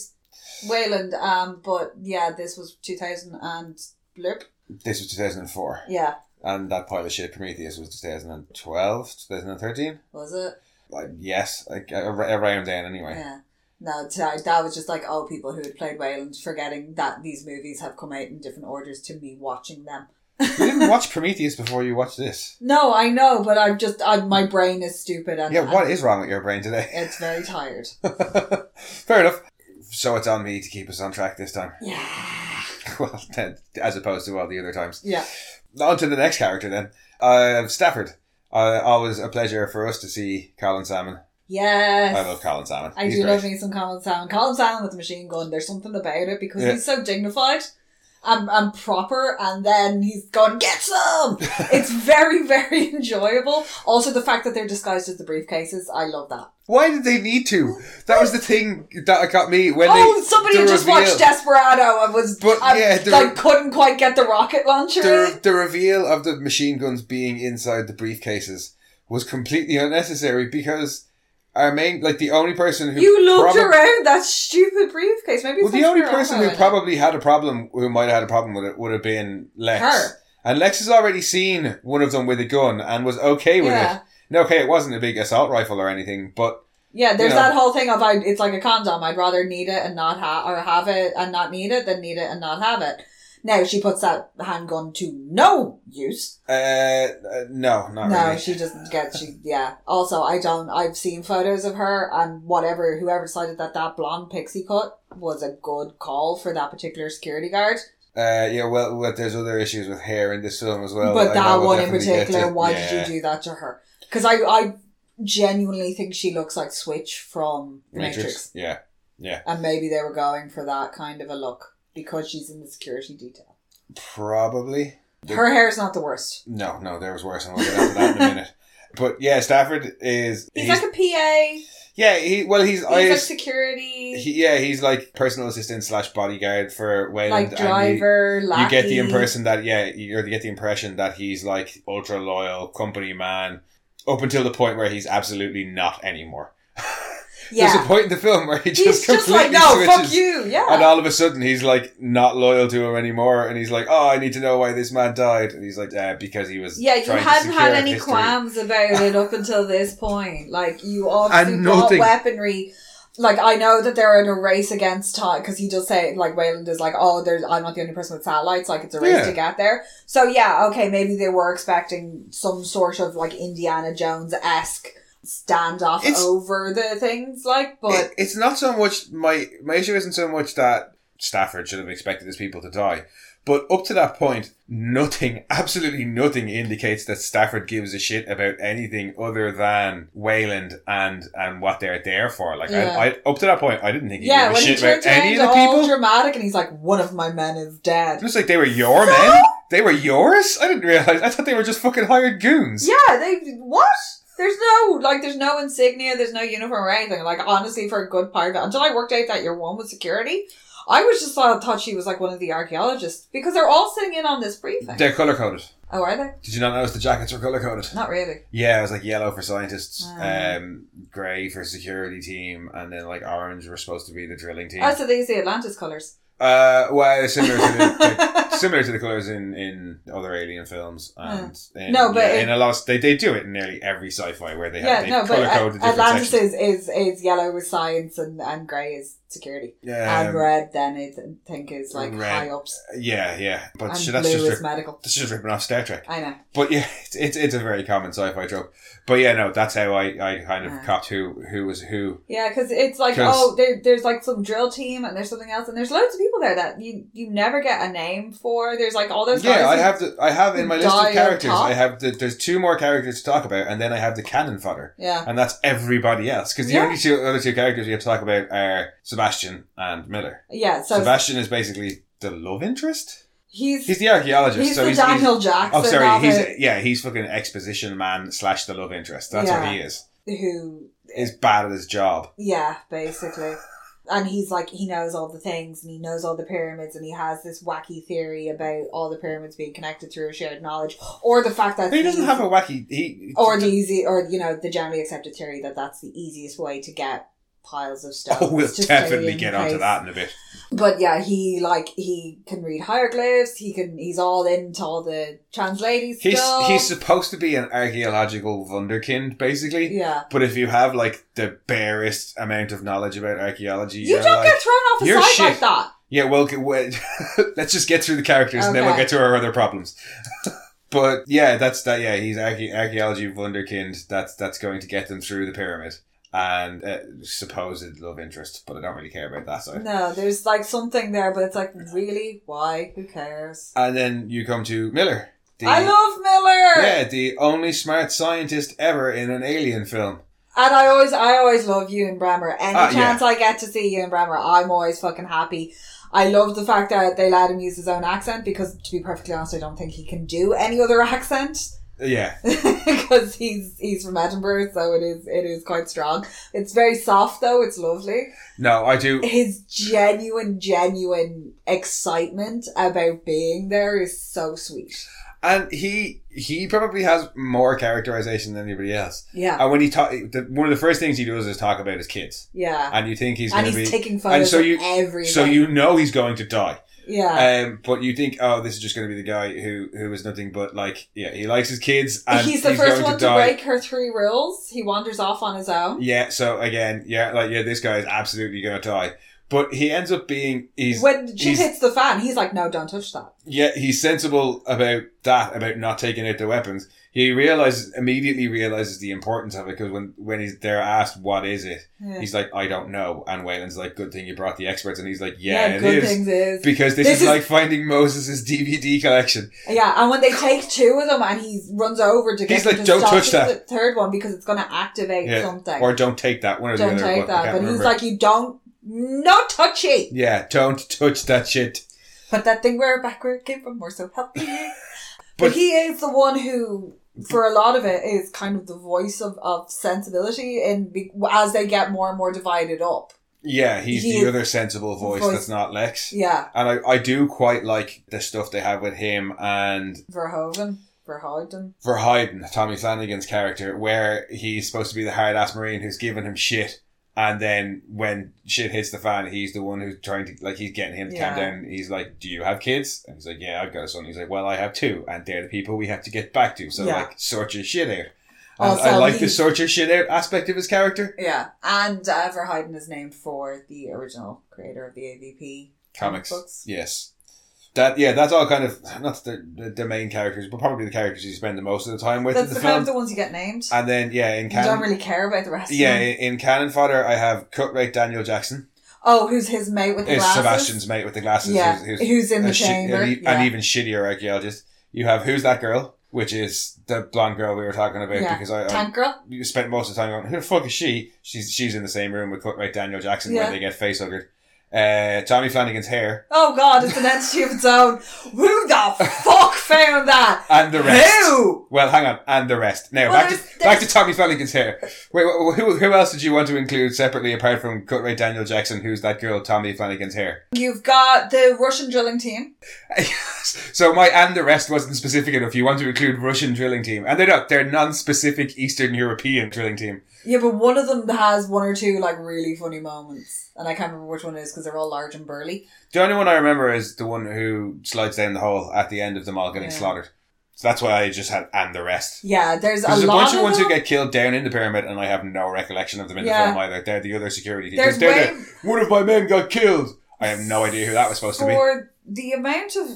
Speaker 2: Wayland. Um, but yeah, this was two thousand and blurb.
Speaker 1: This was 2004,
Speaker 2: Yeah,
Speaker 1: and that pile of shit Prometheus was 2012, 2013.
Speaker 2: was it?
Speaker 1: Like, yes, like a- a- around then anyway.
Speaker 2: Yeah. No, t- I- that was just like oh, people who had played Wayland, forgetting that these movies have come out in different orders to me watching them.
Speaker 1: you didn't watch Prometheus before you watched this.
Speaker 2: No, I know, but I'm just, I, my brain is stupid and
Speaker 1: Yeah, what is wrong with your brain today?
Speaker 2: It's very tired.
Speaker 1: Fair enough. So it's on me to keep us on track this time.
Speaker 2: Yeah.
Speaker 1: well, then, as opposed to all the other times.
Speaker 2: Yeah.
Speaker 1: On to the next character then. Uh, Stafford. Uh, always a pleasure for us to see Colin Salmon.
Speaker 2: Yes.
Speaker 1: I love Colin Salmon.
Speaker 2: I do love me some Colin Salmon. Colin Salmon with the machine gun. There's something about it because
Speaker 1: Yeah.
Speaker 2: he's so dignified and, and proper, and then he's gone get some. it's very very enjoyable. Also, the fact that they're disguised as the briefcases, I love that.
Speaker 1: Why did they need to? That was the thing that got me when
Speaker 2: oh,
Speaker 1: they.
Speaker 2: somebody
Speaker 1: the
Speaker 2: had just
Speaker 1: reveal-
Speaker 2: watched Desperado and was
Speaker 1: But,
Speaker 2: I,
Speaker 1: yeah, the-
Speaker 2: like couldn't quite get the rocket launcher.
Speaker 1: The,
Speaker 2: in.
Speaker 1: the reveal of the machine guns being inside the briefcases was completely unnecessary because our main, like the only person who
Speaker 2: You looked
Speaker 1: probab-
Speaker 2: around that stupid briefcase. Maybe
Speaker 1: Well,
Speaker 2: it's
Speaker 1: the only person who
Speaker 2: Desperado.
Speaker 1: probably had a problem, who might have had a problem with it, would have been Lex.
Speaker 2: her.
Speaker 1: And Lex has already seen one of them with a gun and was okay with
Speaker 2: Yeah.
Speaker 1: it. No, okay, it wasn't a big assault rifle or anything, but
Speaker 2: Yeah, there's
Speaker 1: You know.
Speaker 2: that whole thing of I, it's like a condom. I'd rather need it and not have, or have it and not need it than need it and not have it. Now she puts that handgun to no use.
Speaker 1: uh, uh no, not
Speaker 2: no,
Speaker 1: really.
Speaker 2: she doesn't get, she, yeah. Also, I don't, I've seen photos of her and whatever, whoever decided that that blonde pixie cut was a good call for that particular security guard.
Speaker 1: Uh, yeah, well, well, there's other issues with hair in this film as well.
Speaker 2: but
Speaker 1: I
Speaker 2: that
Speaker 1: know we'll
Speaker 2: one in
Speaker 1: definitely get
Speaker 2: particular,
Speaker 1: to.
Speaker 2: why
Speaker 1: Yeah.
Speaker 2: did you do that to her? Because I, I genuinely think she looks like Switch from The
Speaker 1: Matrix.
Speaker 2: Matrix.
Speaker 1: Yeah,
Speaker 2: And maybe they were going for that kind of a look because she's in the security detail.
Speaker 1: probably. The-
Speaker 2: Her hair's not the worst.
Speaker 1: No, no, there was worse, and we'll get onto that in a minute. But yeah, Stafford is.
Speaker 2: He's,
Speaker 1: He's,
Speaker 2: like a PA.
Speaker 1: yeah, he well, he's,
Speaker 2: He's like
Speaker 1: I,
Speaker 2: security,
Speaker 1: he, yeah, he's like personal assistant slash bodyguard for Wayland. and
Speaker 2: like
Speaker 1: he-
Speaker 2: driver,
Speaker 1: you get the
Speaker 2: lackey.
Speaker 1: impression that yeah, you or you get the impression that he's like ultra loyal company man up until the point where he's absolutely not anymore. There's
Speaker 2: Yeah.
Speaker 1: a point in the film where he just
Speaker 2: He's just
Speaker 1: completely
Speaker 2: like, no,
Speaker 1: switches.
Speaker 2: fuck you.
Speaker 1: And
Speaker 2: Yeah.
Speaker 1: all of a sudden, he's like not loyal to him anymore, and he's like, "Oh, I need to know why this man died." And he's like, uh, "Because he was
Speaker 2: Yeah, you
Speaker 1: trying to
Speaker 2: hadn't had
Speaker 1: secure
Speaker 2: any
Speaker 1: history.
Speaker 2: qualms about it up until this point. Like, you obviously
Speaker 1: And
Speaker 2: brought
Speaker 1: nothing.
Speaker 2: weaponry. Like, I know that they're in a race against time, because he does say, like, Wayland is like, oh, there's, I'm not the only person with satellites, like, it's a race
Speaker 1: Yeah.
Speaker 2: to get there. So, yeah, okay, maybe they were expecting some sort of, like, Indiana Jones-esque standoff
Speaker 1: It's-
Speaker 2: over the things, like, but...
Speaker 1: It- it's not so much my my issue isn't so much that Stafford should have expected his people to die, but up to that point, nothing, absolutely nothing, indicates that Stafford gives a shit about anything other than Wayland and and what they're there for. Like
Speaker 2: Yeah.
Speaker 1: I, I, up to that point, I didn't think he
Speaker 2: yeah,
Speaker 1: gave
Speaker 2: when
Speaker 1: a
Speaker 2: he
Speaker 1: shit about
Speaker 2: turns
Speaker 1: any
Speaker 2: around
Speaker 1: of the
Speaker 2: all
Speaker 1: people.
Speaker 2: dramatic and he's like, one of my men is dead.
Speaker 1: Just like they were your men, they were yours. I didn't realize. I thought they were just fucking hired goons.
Speaker 2: Yeah, they what? There's no like, there's no insignia, there's no uniform or anything. Like honestly, for a good part of it, until I worked out that your one was security, I was just thought, thought she was like one of the archaeologists because they're all sitting in on this briefing.
Speaker 1: They're color coded.
Speaker 2: oh, are they?
Speaker 1: Did you not notice the jackets were color coded?
Speaker 2: Not really.
Speaker 1: Yeah, it was like yellow for scientists,
Speaker 2: Ah.
Speaker 1: um, grey for security team, and then like orange were supposed to be the drilling team.
Speaker 2: Oh, so they use the Atlantis colors.
Speaker 1: uh, well, similar to the, the- similar to the colours in, in other alien films, and in,
Speaker 2: Hmm. No, but
Speaker 1: yeah,
Speaker 2: it-
Speaker 1: in a lot of- they they do it in nearly every sci-fi where they
Speaker 2: Yeah,
Speaker 1: have they
Speaker 2: no, but
Speaker 1: color
Speaker 2: At-
Speaker 1: code the different
Speaker 2: Atlantis
Speaker 1: sections.
Speaker 2: is, is is yellow with science and and grey is security and
Speaker 1: Um,
Speaker 2: red then I th- think is like
Speaker 1: red.
Speaker 2: high ups
Speaker 1: yeah, yeah, but
Speaker 2: and
Speaker 1: shit,
Speaker 2: blue
Speaker 1: that's just
Speaker 2: is
Speaker 1: rip,
Speaker 2: medical.
Speaker 1: that's just ripping off Star Trek.
Speaker 2: I know.
Speaker 1: But yeah, it's it's, it's a very common sci-fi trope. But yeah, no, that's how I, I kind of
Speaker 2: Ah.
Speaker 1: copped who who was who.
Speaker 2: Yeah, because it's like
Speaker 1: 'Cause-
Speaker 2: oh, there, there's like some drill team and there's something else and there's loads of people there that you you never get a name for. There's like all those
Speaker 1: Yeah,
Speaker 2: guys.
Speaker 1: I
Speaker 2: who-
Speaker 1: have the I have in my list
Speaker 2: die
Speaker 1: of
Speaker 2: on
Speaker 1: characters.
Speaker 2: top.
Speaker 1: I have the there's two more characters to talk about, and then I have the cannon fodder,
Speaker 2: Yeah,
Speaker 1: and that's everybody else. Because the
Speaker 2: Yeah.
Speaker 1: only two other two characters we have to talk about are Sebastian and Miller.
Speaker 2: yeah. So
Speaker 1: Sebastian is basically the love interest.
Speaker 2: he's he's,
Speaker 1: He's the archaeologist. so
Speaker 2: the
Speaker 1: he's, he's-
Speaker 2: Daniel Jackson.
Speaker 1: oh, sorry.
Speaker 2: of
Speaker 1: He's
Speaker 2: it,
Speaker 1: yeah. He's fucking exposition man slash the love interest. That's
Speaker 2: Yeah.
Speaker 1: what he is.
Speaker 2: who
Speaker 1: He's bad at his job.
Speaker 2: yeah, basically. And he's like he knows all the things and he knows all the pyramids and he has this wacky theory about all the pyramids being connected through a shared knowledge or the fact that
Speaker 1: He doesn't
Speaker 2: these-
Speaker 1: have a wacky. He
Speaker 2: or the easy or you know the generally accepted theory that that's the easiest way to get piles of stones.
Speaker 1: Oh, we'll
Speaker 2: to stay
Speaker 1: definitely
Speaker 2: in
Speaker 1: get onto
Speaker 2: place.
Speaker 1: that in a bit.
Speaker 2: But yeah, he like he can read hieroglyphs. He can he's all into all the translating
Speaker 1: He's
Speaker 2: stuff.
Speaker 1: he's supposed to be an archaeological wunderkind, basically.
Speaker 2: yeah.
Speaker 1: But if you have like the barest amount of knowledge about archaeology,
Speaker 2: You
Speaker 1: you are
Speaker 2: don't
Speaker 1: like,
Speaker 2: get thrown off a
Speaker 1: you're
Speaker 2: site
Speaker 1: shit.
Speaker 2: like that.
Speaker 1: yeah, well, g- well, let's just get through the characters and then we'll
Speaker 2: Okay.
Speaker 1: get to our other problems. but yeah, that's that. Yeah, he's archae- archaeology wunderkind. That's that's going to get them through the pyramid and uh, supposed love interest. But I don't really care about that side.
Speaker 2: No, there's like something there, but it's like really why? Who cares?
Speaker 1: And then you come to Miller. The,
Speaker 2: I love Miller,
Speaker 1: yeah, the only smart scientist ever in an alien film.
Speaker 2: and I always I always love you and Brammer. Any
Speaker 1: Ah, yeah.
Speaker 2: chance I get to see you and Brammer, I'm always fucking happy. I love the fact that they let him use his own accent because, to be perfectly honest, I don't think he can do any other accent.
Speaker 1: Yeah,
Speaker 2: because he's he's from Edinburgh, so it is it is quite strong. It's very soft though. It's lovely.
Speaker 1: no, I do.
Speaker 2: His genuine, genuine excitement about being there is so sweet.
Speaker 1: And he he probably has more characterization than anybody else.
Speaker 2: Yeah,
Speaker 1: And when he talk, the, one of the first things he does is talk about his kids,
Speaker 2: yeah.
Speaker 1: and you think he's
Speaker 2: and
Speaker 1: going to
Speaker 2: he's
Speaker 1: be,
Speaker 2: taking photos
Speaker 1: and so you-
Speaker 2: of everything.
Speaker 1: so you know he's going to die.
Speaker 2: yeah.
Speaker 1: Um, but you think, oh, this is just going to be the guy who who is nothing but like, yeah, he likes his kids, and
Speaker 2: he's the first one to,
Speaker 1: die.
Speaker 2: break her three rules. He wanders off on his own.
Speaker 1: Yeah. So again, yeah, like yeah, this guy is absolutely going to die. But he ends up being he's
Speaker 2: when shit
Speaker 1: he's-
Speaker 2: hits the fan, he's like, "No, don't touch that."
Speaker 1: yeah he's sensible about that about not taking out the weapons. He realizes immediately realizes the importance of it because when when he's they're asked what is it,
Speaker 2: Yeah,
Speaker 1: he's like I don't know, and Wayland's like good thing you brought the experts, and he's like yeah,
Speaker 2: Yeah,
Speaker 1: it
Speaker 2: good
Speaker 1: is.
Speaker 2: things is
Speaker 1: because this,
Speaker 2: This
Speaker 1: is,
Speaker 2: is-
Speaker 1: like finding Moses' DVD collection.
Speaker 2: Yeah, and when they take two of them and he runs over to get
Speaker 1: He's
Speaker 2: them
Speaker 1: like,
Speaker 2: to
Speaker 1: "Don't
Speaker 2: stop
Speaker 1: touch
Speaker 2: the
Speaker 1: that."
Speaker 2: third one because it's going to activate
Speaker 1: Yeah,
Speaker 2: something.
Speaker 1: Or don't take that. One or
Speaker 2: don't
Speaker 1: the other.
Speaker 2: take
Speaker 1: but I
Speaker 2: that.
Speaker 1: can't
Speaker 2: But he's
Speaker 1: remember.
Speaker 2: like, you don't, no touchy.
Speaker 1: yeah, don't touch that shit.
Speaker 2: But that thing where backward came from, more so help you. but,
Speaker 1: But-
Speaker 2: he is the one who, for a lot of it, is kind of the voice of, of sensibility and be, as they get more and more divided up.
Speaker 1: Yeah, he's
Speaker 2: He
Speaker 1: the
Speaker 2: is-
Speaker 1: other sensible voice,
Speaker 2: voice.
Speaker 1: that's not Lex.
Speaker 2: Yeah,
Speaker 1: And I, I do quite like the stuff they have with him and
Speaker 2: Verhoeven, Verhoeven.
Speaker 1: Verheiden, Tommy Flanagan's character, where he's supposed to be the hard ass Marine who's giving him shit. And then when shit hits the fan, he's the one who's trying to like he's getting him to calm
Speaker 2: Yeah.
Speaker 1: down. He's like, "Do you have kids?" And he's like, "Yeah, I've got a son." He's like, "Well, I have two, and they're the people we have to get back to." So
Speaker 2: Yeah.
Speaker 1: like, sort your shit out. And I
Speaker 2: Also,
Speaker 1: like
Speaker 2: he-
Speaker 1: the sort your shit out aspect of his character.
Speaker 2: Yeah, and uh, Verheiden is named for the original creator of the AVP
Speaker 1: Comics,
Speaker 2: books.
Speaker 1: yes. That yeah, that's all kind of not the, the, the main characters, but probably the characters you spend the most of the time with in
Speaker 2: That's
Speaker 1: the,
Speaker 2: the kind
Speaker 1: film.
Speaker 2: of the ones you get named.
Speaker 1: and then yeah, in
Speaker 2: you don't
Speaker 1: canon,
Speaker 2: really care about the rest. of
Speaker 1: yeah,
Speaker 2: them.
Speaker 1: in, in canon fodder, I have Cutrate Daniel Jackson,
Speaker 2: Oh, who's his mate with the
Speaker 1: is
Speaker 2: glasses?
Speaker 1: Sebastian's mate with the glasses,
Speaker 2: Yeah,
Speaker 1: who's- who's
Speaker 2: in the
Speaker 1: a shi-
Speaker 2: chamber?
Speaker 1: an, e-
Speaker 2: yeah.
Speaker 1: an even shittier archaeologist. You have who's that girl, which is the blonde girl we were talking about
Speaker 2: Yeah.
Speaker 1: because I, I
Speaker 2: Tank girl.
Speaker 1: you spent most of the time going, who the fuck is she? She's she's in the same room with Cutrate Daniel Jackson
Speaker 2: Yeah.
Speaker 1: when they get face huggered. Uh, Tommy Flanagan's hair
Speaker 2: Oh God, it's an entity of its own. Who the fuck found that?
Speaker 1: and the rest.
Speaker 2: Who?
Speaker 1: Well, hang on, and the rest. Now
Speaker 2: Well,
Speaker 1: back to
Speaker 2: there's-
Speaker 1: back to Tommy Flanagan's hair. Wait, wh- wh- who who else did you want to include separately apart from Cutrate Daniel Jackson? Who's that girl? Tommy Flanagan's hair.
Speaker 2: You've got the Russian drilling team.
Speaker 1: So my and the rest wasn't specific enough. You want to include Russian drilling team, and they're not. They're non-specific Eastern European drilling team.
Speaker 2: Yeah, but one of them has one or two like really funny moments, and I can't remember which one it is because they're all large and burly.
Speaker 1: The only one I remember is the one who slides down the hole at the end of them all getting
Speaker 2: Yeah.
Speaker 1: slaughtered. So that's why I just had and the rest.
Speaker 2: Yeah, there's a
Speaker 1: There's a,
Speaker 2: lot
Speaker 1: bunch of ones
Speaker 2: them.
Speaker 1: who get killed down in the pyramid, and I have no recollection of them in
Speaker 2: Yeah.
Speaker 1: the film either. They're the other security team.
Speaker 2: There's
Speaker 1: They're
Speaker 2: way
Speaker 1: the- one of my men got killed. I have no idea who that was supposed to be.
Speaker 2: for the amount of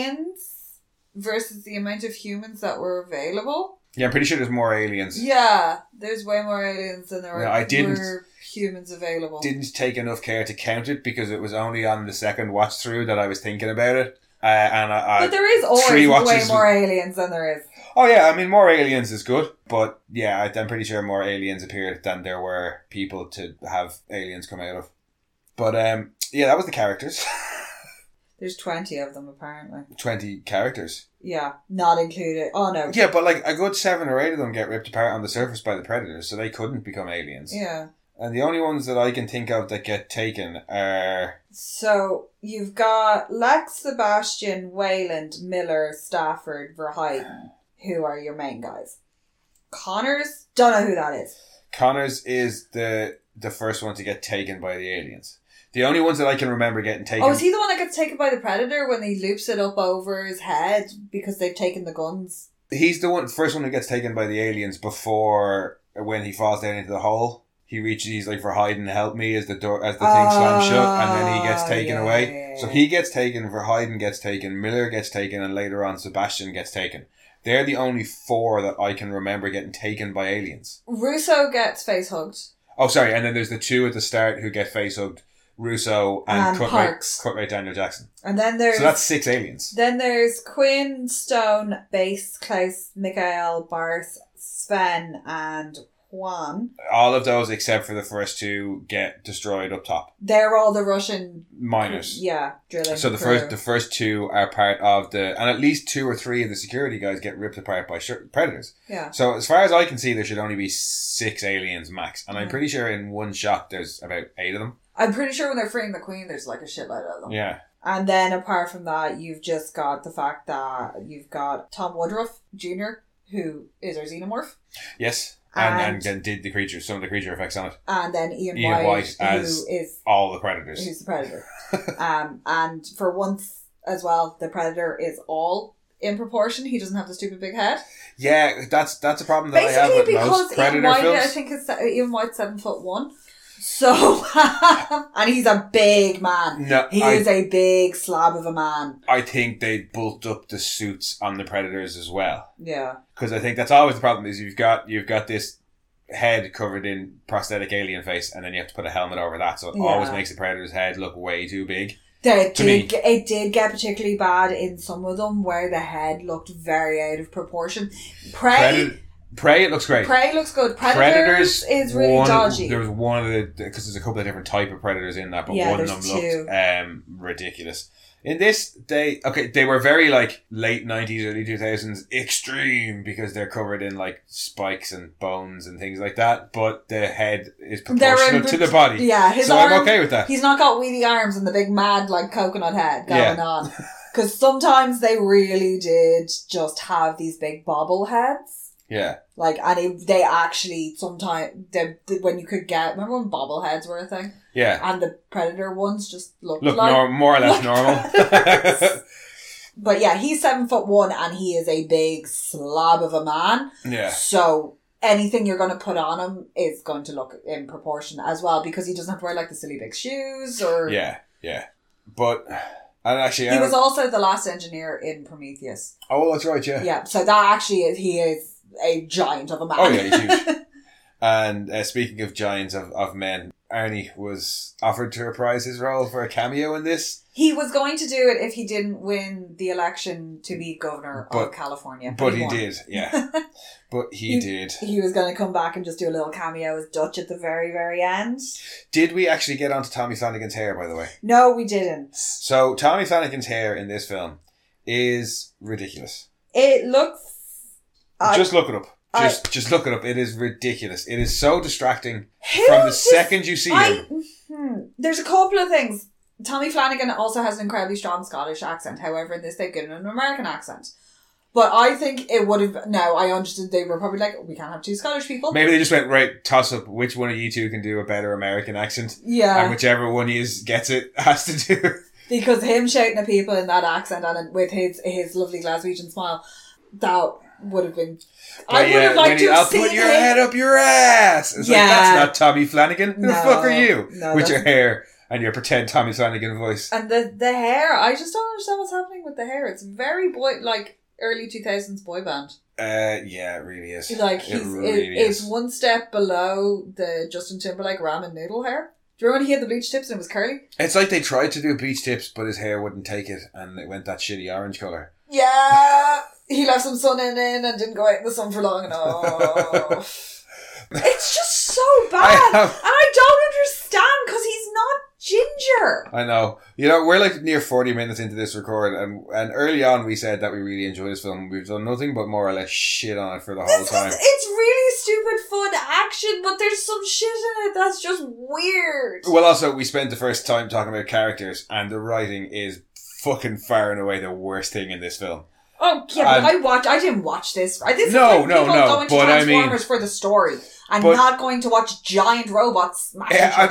Speaker 2: aliens versus the amount of humans that were available.
Speaker 1: Yeah, I'm pretty sure there's more aliens.
Speaker 2: Yeah, there's way more aliens than there
Speaker 1: Yeah,
Speaker 2: were,
Speaker 1: I didn't-
Speaker 2: were humans available.
Speaker 1: didn't take enough care to count it because it was only on the second watch through that I was thinking about it. Uh, and I, I
Speaker 2: but there is always
Speaker 1: three
Speaker 2: way
Speaker 1: watches-
Speaker 2: more aliens than there is.
Speaker 1: oh yeah, I mean more aliens is good, but yeah, I- I'm pretty sure more aliens appeared than there were people to have aliens come out of. But um, yeah, that was the characters.
Speaker 2: There's 20 of them apparently.
Speaker 1: Twenty characters.
Speaker 2: Yeah, not included. Oh no.
Speaker 1: Yeah, but like a good seven or eight of them get ripped apart on the surface by the predators, so they couldn't become aliens.
Speaker 2: Yeah.
Speaker 1: And the only ones that I can think of that get taken are
Speaker 2: So you've got Lex, Sebastian, Wayland, Miller, Stafford, Verheiden, who are your main guys. Connors, don't know who that is.
Speaker 1: Connors is the the first one to get taken by the aliens. The only ones that I can remember getting taken.
Speaker 2: Oh, is he the one that gets taken by the predator when he loops it up over his head because they've taken the guns?
Speaker 1: He's the one first one who gets taken by the aliens before when he falls down into the hole. He reaches. He's like for hiding, help me as the door as the thing slams shut, and then he gets
Speaker 2: Ah,
Speaker 1: taken
Speaker 2: yeah,
Speaker 1: away.
Speaker 2: yeah, yeah,
Speaker 1: So
Speaker 2: yeah.
Speaker 1: he gets taken. For hiding gets taken. Miller gets taken, and later on Sebastian gets taken. They're the only four that I can remember getting taken by aliens.
Speaker 2: Russo gets face hugged.
Speaker 1: Oh, sorry, and then there's the two at the start who get face hugged: Russo and
Speaker 2: And
Speaker 1: Cutrate
Speaker 2: Um, Parks.
Speaker 1: Cutrate Daniel Jackson.
Speaker 2: And then there's
Speaker 1: So that's six aliens.
Speaker 2: then there's Quinn, Stone, Bass, Klaus, Mikael, Barth, Sven, and Juan.
Speaker 1: All of those except for the first two get destroyed up top.
Speaker 2: They're all the Russian
Speaker 1: Minors.
Speaker 2: Yeah, drilling.
Speaker 1: So the
Speaker 2: crew.
Speaker 1: first the first two are part of the and at least two or three of the security guys get ripped apart by shir- predators.
Speaker 2: yeah.
Speaker 1: So as far as I can see, there should only be six aliens max, and I'm
Speaker 2: Mhm.
Speaker 1: pretty sure in one shot there's about eight of them.
Speaker 2: I'm pretty sure when they're freeing the queen, there's like a shitload of them.
Speaker 1: Yeah,
Speaker 2: And then apart from that, you've just got the fact that you've got Tom Woodruff Jr., who is our xenomorph,
Speaker 1: yes, and and,
Speaker 2: And-
Speaker 1: then did the creature some of the creature effects on it.
Speaker 2: and then Ian,
Speaker 1: Ian
Speaker 2: White,
Speaker 1: White as-
Speaker 2: who is
Speaker 1: All the predators.
Speaker 2: who's the predator. um, and for once as well, the predator is all in proportion. He doesn't have the stupid big head.
Speaker 1: Yeah, that's that's a problem that I have
Speaker 2: Basically,
Speaker 1: with most
Speaker 2: because Ian
Speaker 1: predator
Speaker 2: White,
Speaker 1: films.
Speaker 2: I think, is Ian White's seven foot one. So, and he's a big man.
Speaker 1: no,
Speaker 2: He
Speaker 1: I
Speaker 2: is a big slab of a man.
Speaker 1: I think they bulked up the suits on the predators as well.
Speaker 2: Yeah.
Speaker 1: because I think that's always the problem is you've got you've got this head covered in prosthetic alien face, and then you have to put a helmet over that, so it
Speaker 2: Yeah.
Speaker 1: always makes the predator's head look way too big.
Speaker 2: It
Speaker 1: To me.
Speaker 2: did, get- it did get particularly bad in some of them where the head looked very out of proportion. Prey,
Speaker 1: Predator, prey, it looks great.
Speaker 2: Prey looks good. Predators, is really
Speaker 1: one,
Speaker 2: dodgy.
Speaker 1: There was one of the because there's a couple of different type of predators in that, but
Speaker 2: Yeah,
Speaker 1: one of them
Speaker 2: there's
Speaker 1: looked um, ridiculous. In this, they okay, they were very like late nineties, early two thousands extreme because they're covered in like spikes and bones and things like that. But the head is
Speaker 2: They're in
Speaker 1: proportional to
Speaker 2: pro-
Speaker 1: the body,
Speaker 2: Yeah, his
Speaker 1: so
Speaker 2: arm.
Speaker 1: I'm okay with that.
Speaker 2: He's not got weedy arms and the big mad like coconut head going
Speaker 1: Yeah.
Speaker 2: on. Because sometimes they really did just have these big bobble heads.
Speaker 1: Yeah.
Speaker 2: Like, and it, they actually sometimes they, they- when you could get remember when bobbleheads were a thing,
Speaker 1: Yeah.
Speaker 2: and the predator ones just looked
Speaker 1: Look
Speaker 2: like.
Speaker 1: nor- more or less normal.
Speaker 2: but yeah, he's seven foot one, and he is a big slab of a man.
Speaker 1: yeah.
Speaker 2: So anything you're going to put on him is going to look in proportion as well because he doesn't have to wear like the silly big shoes or.
Speaker 1: Yeah. Yeah. But and actually,
Speaker 2: He
Speaker 1: I
Speaker 2: was
Speaker 1: don't-
Speaker 2: also the last engineer in Prometheus.
Speaker 1: oh, that's right. Yeah.
Speaker 2: Yeah, so that actually is he is a giant of a man.
Speaker 1: Oh yeah, he's huge. and uh, speaking of giants of, of men, Arnie was offered to reprise his role for a cameo in this,
Speaker 2: He was going to do it if he didn't win the election to be governor
Speaker 1: But-
Speaker 2: of California.
Speaker 1: but he
Speaker 2: won.
Speaker 1: did. Yeah. But he
Speaker 2: He-
Speaker 1: did.
Speaker 2: He was going to come back and just do a little cameo as Dutch at the very, very end.
Speaker 1: Did we actually get onto Tommy Flanagan's hair, by the way?
Speaker 2: No, we didn't.
Speaker 1: So Tommy Flanagan's hair in this film is ridiculous.
Speaker 2: It looks. I-
Speaker 1: just look it up.
Speaker 2: I-
Speaker 1: Just just look it up. It is ridiculous. It is so distracting
Speaker 2: Who
Speaker 1: from the
Speaker 2: dis-
Speaker 1: second you see
Speaker 2: I,
Speaker 1: him.
Speaker 2: hmm, there's a couple of things. Tommy Flanagan also has an incredibly strong Scottish accent. However, in this, they've given him an American accent. But I think it would have. No, I understood they were probably like, we can't have two Scottish people.
Speaker 1: Maybe they just went right. Toss up which one of you two can do a better American accent,
Speaker 2: Yeah.
Speaker 1: and whichever one is gets it has to do. it.
Speaker 2: Because him shouting at people in that accent and with his his lovely Glaswegian smile, that would have been. I
Speaker 1: But
Speaker 2: would
Speaker 1: yeah,
Speaker 2: have liked
Speaker 1: when
Speaker 2: to
Speaker 1: you,
Speaker 2: have
Speaker 1: I'll
Speaker 2: seen
Speaker 1: put your
Speaker 2: him.
Speaker 1: head up your ass. It's
Speaker 2: Yeah.
Speaker 1: like that's not Tommy Flanagan. Who the
Speaker 2: No,
Speaker 1: fuck are you
Speaker 2: no,
Speaker 1: with your
Speaker 2: that's- Uh,
Speaker 1: hair and your pretend Tommy Flanagan voice?
Speaker 2: And the the hair, I just don't understand what's happening with the hair. It's very boy like early two thousands boy band.
Speaker 1: Uh, yeah, it really is.
Speaker 2: Like
Speaker 1: It
Speaker 2: he's it
Speaker 1: really
Speaker 2: it's
Speaker 1: is.
Speaker 2: one step below the Justin Timberlake ramen noodle hair. Do you remember when he had the bleach tips and it was curly?
Speaker 1: It's like they tried to do beach tips, but his hair wouldn't take it, and it went that shitty orange color.
Speaker 2: Yeah, he left some sun in it and didn't go out in the sun for long enough. it's just so
Speaker 1: I
Speaker 2: bad.
Speaker 1: have-
Speaker 2: And I don't understand because he's not ginger.
Speaker 1: I know. You know, we're like near forty minutes into this record, and and early on we said that we really enjoy this film. We've done nothing but more or less shit on it for the whole
Speaker 2: This
Speaker 1: time.
Speaker 2: is, it's really stupid fun action, but there's some shit in it that's just weird.
Speaker 1: Well, also we spent the first time talking about characters, and the writing is fucking far and away the worst thing in this film.
Speaker 2: Oh yeah,
Speaker 1: And-
Speaker 2: but I watch. I didn't watch this. I- This
Speaker 1: No,
Speaker 2: is like
Speaker 1: no,
Speaker 2: people
Speaker 1: no,
Speaker 2: going to
Speaker 1: but I mean-
Speaker 2: Transformers for the story and
Speaker 1: But-
Speaker 2: not going to watch giant robots smash
Speaker 1: Yeah,
Speaker 2: each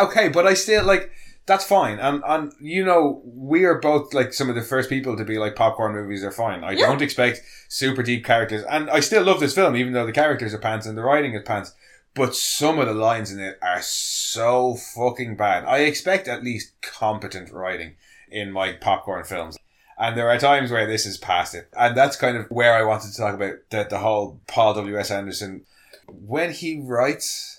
Speaker 1: I- okay, but I still like that's fine. And and you know, we are both like some of the first people to be like popcorn movies are fine. I
Speaker 2: Yeah.
Speaker 1: don't expect super deep characters, and I still love this film, even though the characters are pants and the writing is pants. But some of the lines in it are so fucking bad. I expect at least competent writing in my popcorn films. And there are times where this is past it. And that's kind of where I wanted to talk about the, the whole Paul W.S. Anderson. When he writes,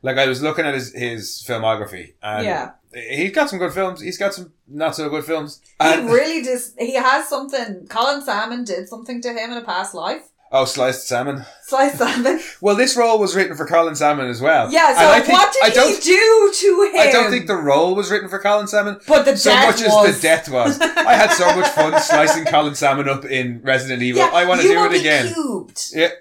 Speaker 1: like I was looking at his, his filmography and
Speaker 2: yeah,
Speaker 1: he's got some good films. He's got some not so good films.
Speaker 2: he
Speaker 1: And,
Speaker 2: really does. He has something. Colin Salmon did something to him in a past life.
Speaker 1: oh, Sliced Salmon.
Speaker 2: Sly Salmon.
Speaker 1: Well, this role was written for Colin Salmon as well.
Speaker 2: Yeah. So
Speaker 1: And I think-
Speaker 2: what did
Speaker 1: I don't,
Speaker 2: he do to him?
Speaker 1: I don't think the role was written for Colin Salmon.
Speaker 2: But the
Speaker 1: So
Speaker 2: death
Speaker 1: much
Speaker 2: was.
Speaker 1: as the death was, I had so much fun slicing Colin Salmon up in Resident Evil.
Speaker 2: Yeah,
Speaker 1: I want to
Speaker 2: you
Speaker 1: do
Speaker 2: will
Speaker 1: it
Speaker 2: be
Speaker 1: again.
Speaker 2: Cubed.
Speaker 1: Yeah.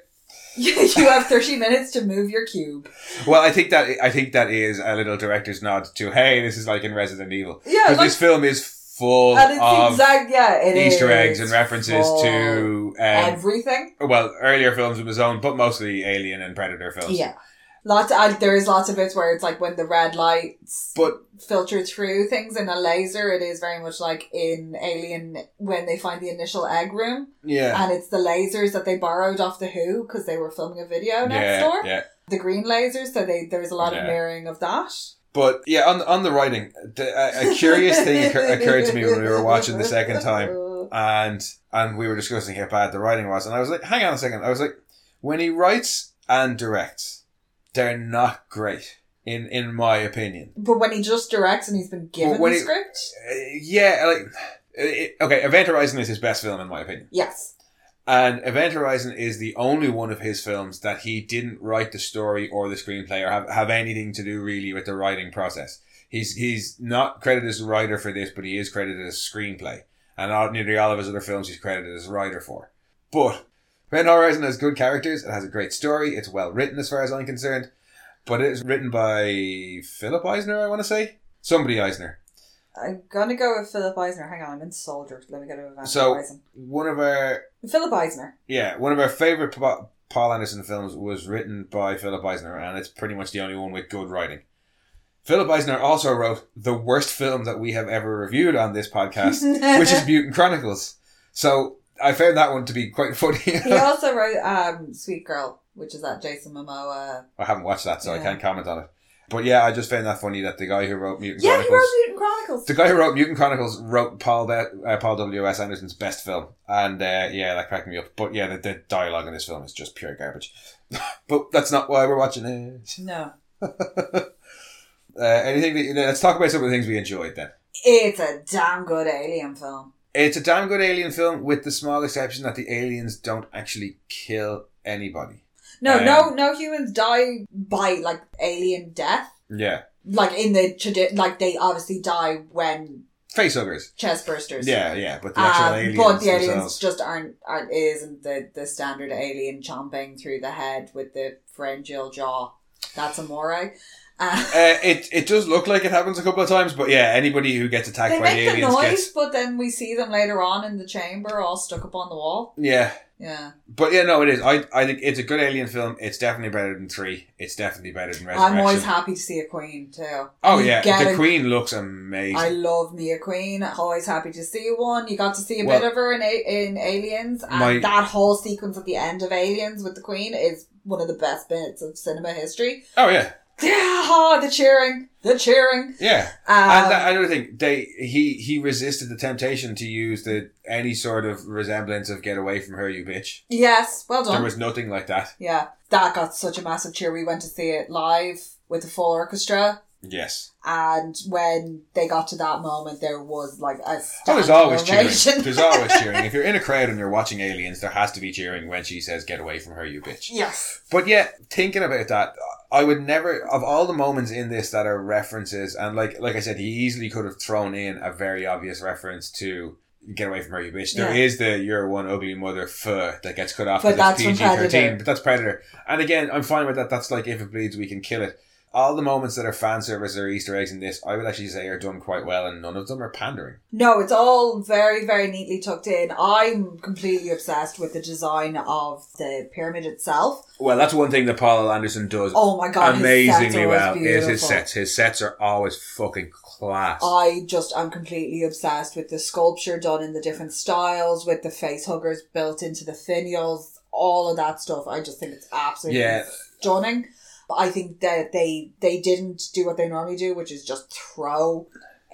Speaker 2: you have thirty minutes to move your cube.
Speaker 1: Well, I think that I think that is a little director's nod to hey, this is like in Resident Evil
Speaker 2: Yeah,
Speaker 1: because
Speaker 2: like,
Speaker 1: this film is full
Speaker 2: and it's
Speaker 1: of
Speaker 2: exact. Yeah, it is
Speaker 1: Easter eggs and references
Speaker 2: full
Speaker 1: to um,
Speaker 2: everything.
Speaker 1: well earlier films of his own, but mostly Alien and Predator films.
Speaker 2: Yeah. Lots uh, there is lots of bits where it's like when the red lights
Speaker 1: But-
Speaker 2: filter through things in a laser. It is very much like in Alien when they find the initial egg room,
Speaker 1: yeah,
Speaker 2: and it's the lasers that they borrowed off the Who because they were filming a video next
Speaker 1: yeah,
Speaker 2: door.
Speaker 1: yeah.
Speaker 2: The green lasers, so they there's a lot
Speaker 1: Yeah.
Speaker 2: of mirroring of that.
Speaker 1: But yeah, on on the writing, the, a, a curious thing occur- occurred to me when we were watching the second time. and and we were discussing how bad the writing was, and I was like, hang on a second. I was like, when he writes and directs, they're not great in in my opinion.
Speaker 2: But when he just directs and he's been given
Speaker 1: But when
Speaker 2: the
Speaker 1: he-
Speaker 2: script,
Speaker 1: Uh, yeah, like uh, it, okay, Event Horizon is his best film in my opinion,
Speaker 2: yes,
Speaker 1: and Event Horizon is the only one of his films that he didn't write the story or the screenplay or have, have anything to do really with the writing process. He's he's not credited as a writer for this, but he is credited as screenplay, and all, nearly all of his other films he's credited as a writer for. But Event Horizon has good characters. It has a great story. It's well written, as far as I'm concerned. But it's written by Philip Eisner, I want to say somebody Eisner.
Speaker 2: I'm gonna go with Philip Eisner. Hang on, I'm in Soldier. Let me go to Event
Speaker 1: So-
Speaker 2: Horizon.
Speaker 1: One of our
Speaker 2: Philip Eisner.
Speaker 1: Yeah, one of our favorite po- Paul Anderson films was written by Philip Eisner, and it's pretty much the only one with good writing. Philip Eisner also wrote the worst film that we have ever reviewed on this podcast, which is Mutant Chronicles. So I found that one to be quite funny.
Speaker 2: He also wrote um, Sweet Girl, which is that Jason Momoa.
Speaker 1: I haven't watched that, so I
Speaker 2: Yeah.
Speaker 1: can't comment on it. But yeah, I just found that funny that the guy who wrote Mutant
Speaker 2: Yeah, he
Speaker 1: Chronicles.
Speaker 2: wrote Mutant Chronicles.
Speaker 1: The guy who wrote Mutant Chronicles wrote Paul Be- uh, Paul W S Anderson's best film, and uh, yeah, that cracked me up. But yeah, the, the dialogue in this film is just pure garbage. but that's not why we're watching it.
Speaker 2: no.
Speaker 1: Uh, anything that, let's talk about some of the things we enjoyed then.
Speaker 2: It's a damn good alien film.
Speaker 1: It's a damn good alien film, with the small exception that the aliens don't actually kill anybody.
Speaker 2: No,
Speaker 1: Um,
Speaker 2: no, no humans die by like alien death.
Speaker 1: Yeah,
Speaker 2: Like in the tradi- like they obviously die when
Speaker 1: face huggers.
Speaker 2: chest bursters.
Speaker 1: Yeah, yeah, but the actual
Speaker 2: Um,
Speaker 1: aliens.
Speaker 2: but the aliens
Speaker 1: themselves-
Speaker 2: just aren't, aren't it isn't the, the standard alien chomping through the head with the pharyngeal jaw. That's amore. Uh,
Speaker 1: Uh, it it does look like it happens a couple of times, but yeah, anybody who gets attacked
Speaker 2: they
Speaker 1: by the
Speaker 2: make the
Speaker 1: aliens
Speaker 2: noise,
Speaker 1: gets
Speaker 2: but then we see them later on in the chamber, all stuck up on the wall.
Speaker 1: yeah.
Speaker 2: Yeah,
Speaker 1: But yeah, no, it is. I I think it's a good alien film. It's definitely better than three. It's definitely better than Resurrection.
Speaker 2: I'm always happy to see a queen too.
Speaker 1: oh
Speaker 2: You
Speaker 1: yeah,
Speaker 2: get
Speaker 1: the
Speaker 2: a-
Speaker 1: Queen looks amazing.
Speaker 2: I love me a queen. Always happy to see one. You got to see a
Speaker 1: Well,
Speaker 2: bit of her in a- in Aliens, and
Speaker 1: my-
Speaker 2: that whole sequence at the end of Aliens with the queen is one of the best bits of cinema history.
Speaker 1: oh yeah,
Speaker 2: Yeah, the cheering, the cheering.
Speaker 1: yeah.
Speaker 2: Um,
Speaker 1: and that, another thing, they he he resisted the temptation to use the any sort of resemblance of "Get away from her, you bitch."
Speaker 2: yes, well
Speaker 1: There
Speaker 2: done.
Speaker 1: was nothing like that.
Speaker 2: yeah, that got such a massive cheer. We went to see it live with the full orchestra.
Speaker 1: Yes,
Speaker 2: And when they got to that moment, there was like
Speaker 1: oh,
Speaker 2: a
Speaker 1: there's
Speaker 2: standing
Speaker 1: always cheering.
Speaker 2: ovation.
Speaker 1: There's always cheering. If you're in a crowd and you're watching Aliens, there has to be cheering when she says "Get away from her, you bitch."
Speaker 2: yes,
Speaker 1: But yeah, thinking about that, I would never of all the moments in this that are references, and like like I said, he easily could have thrown in a very obvious reference to "Get away from her, you bitch." There
Speaker 2: Yeah.
Speaker 1: is the "You're one ugly mother" fuh that gets cut off,
Speaker 2: But
Speaker 1: because
Speaker 2: that's from
Speaker 1: it's PG-13,
Speaker 2: Predator.
Speaker 1: but that's Predator. And again, I'm fine with that. That's like if it bleeds, we can kill it. All the moments that are fan service or Easter eggs in this, I would actually say are done quite well, and none of them are pandering.
Speaker 2: No, it's all very, very neatly tucked in. I'm completely obsessed with the design of the pyramid itself.
Speaker 1: Well, that's one thing that Paul Anderson does
Speaker 2: Oh my god, his sets
Speaker 1: amazingly
Speaker 2: are
Speaker 1: well.
Speaker 2: always
Speaker 1: Is his
Speaker 2: beautiful.
Speaker 1: sets? His sets are always fucking class.
Speaker 2: I just am completely obsessed with the sculpture done in the different styles, with the face huggers built into the finials, all of that stuff. I just think it's absolutely
Speaker 1: Yeah.
Speaker 2: stunning. But I think that they they didn't do what they normally do, which is just throw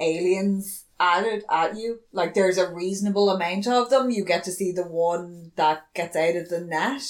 Speaker 2: aliens at it at you. Like there's a reasonable amount of them. You get to see the one that gets out of the net.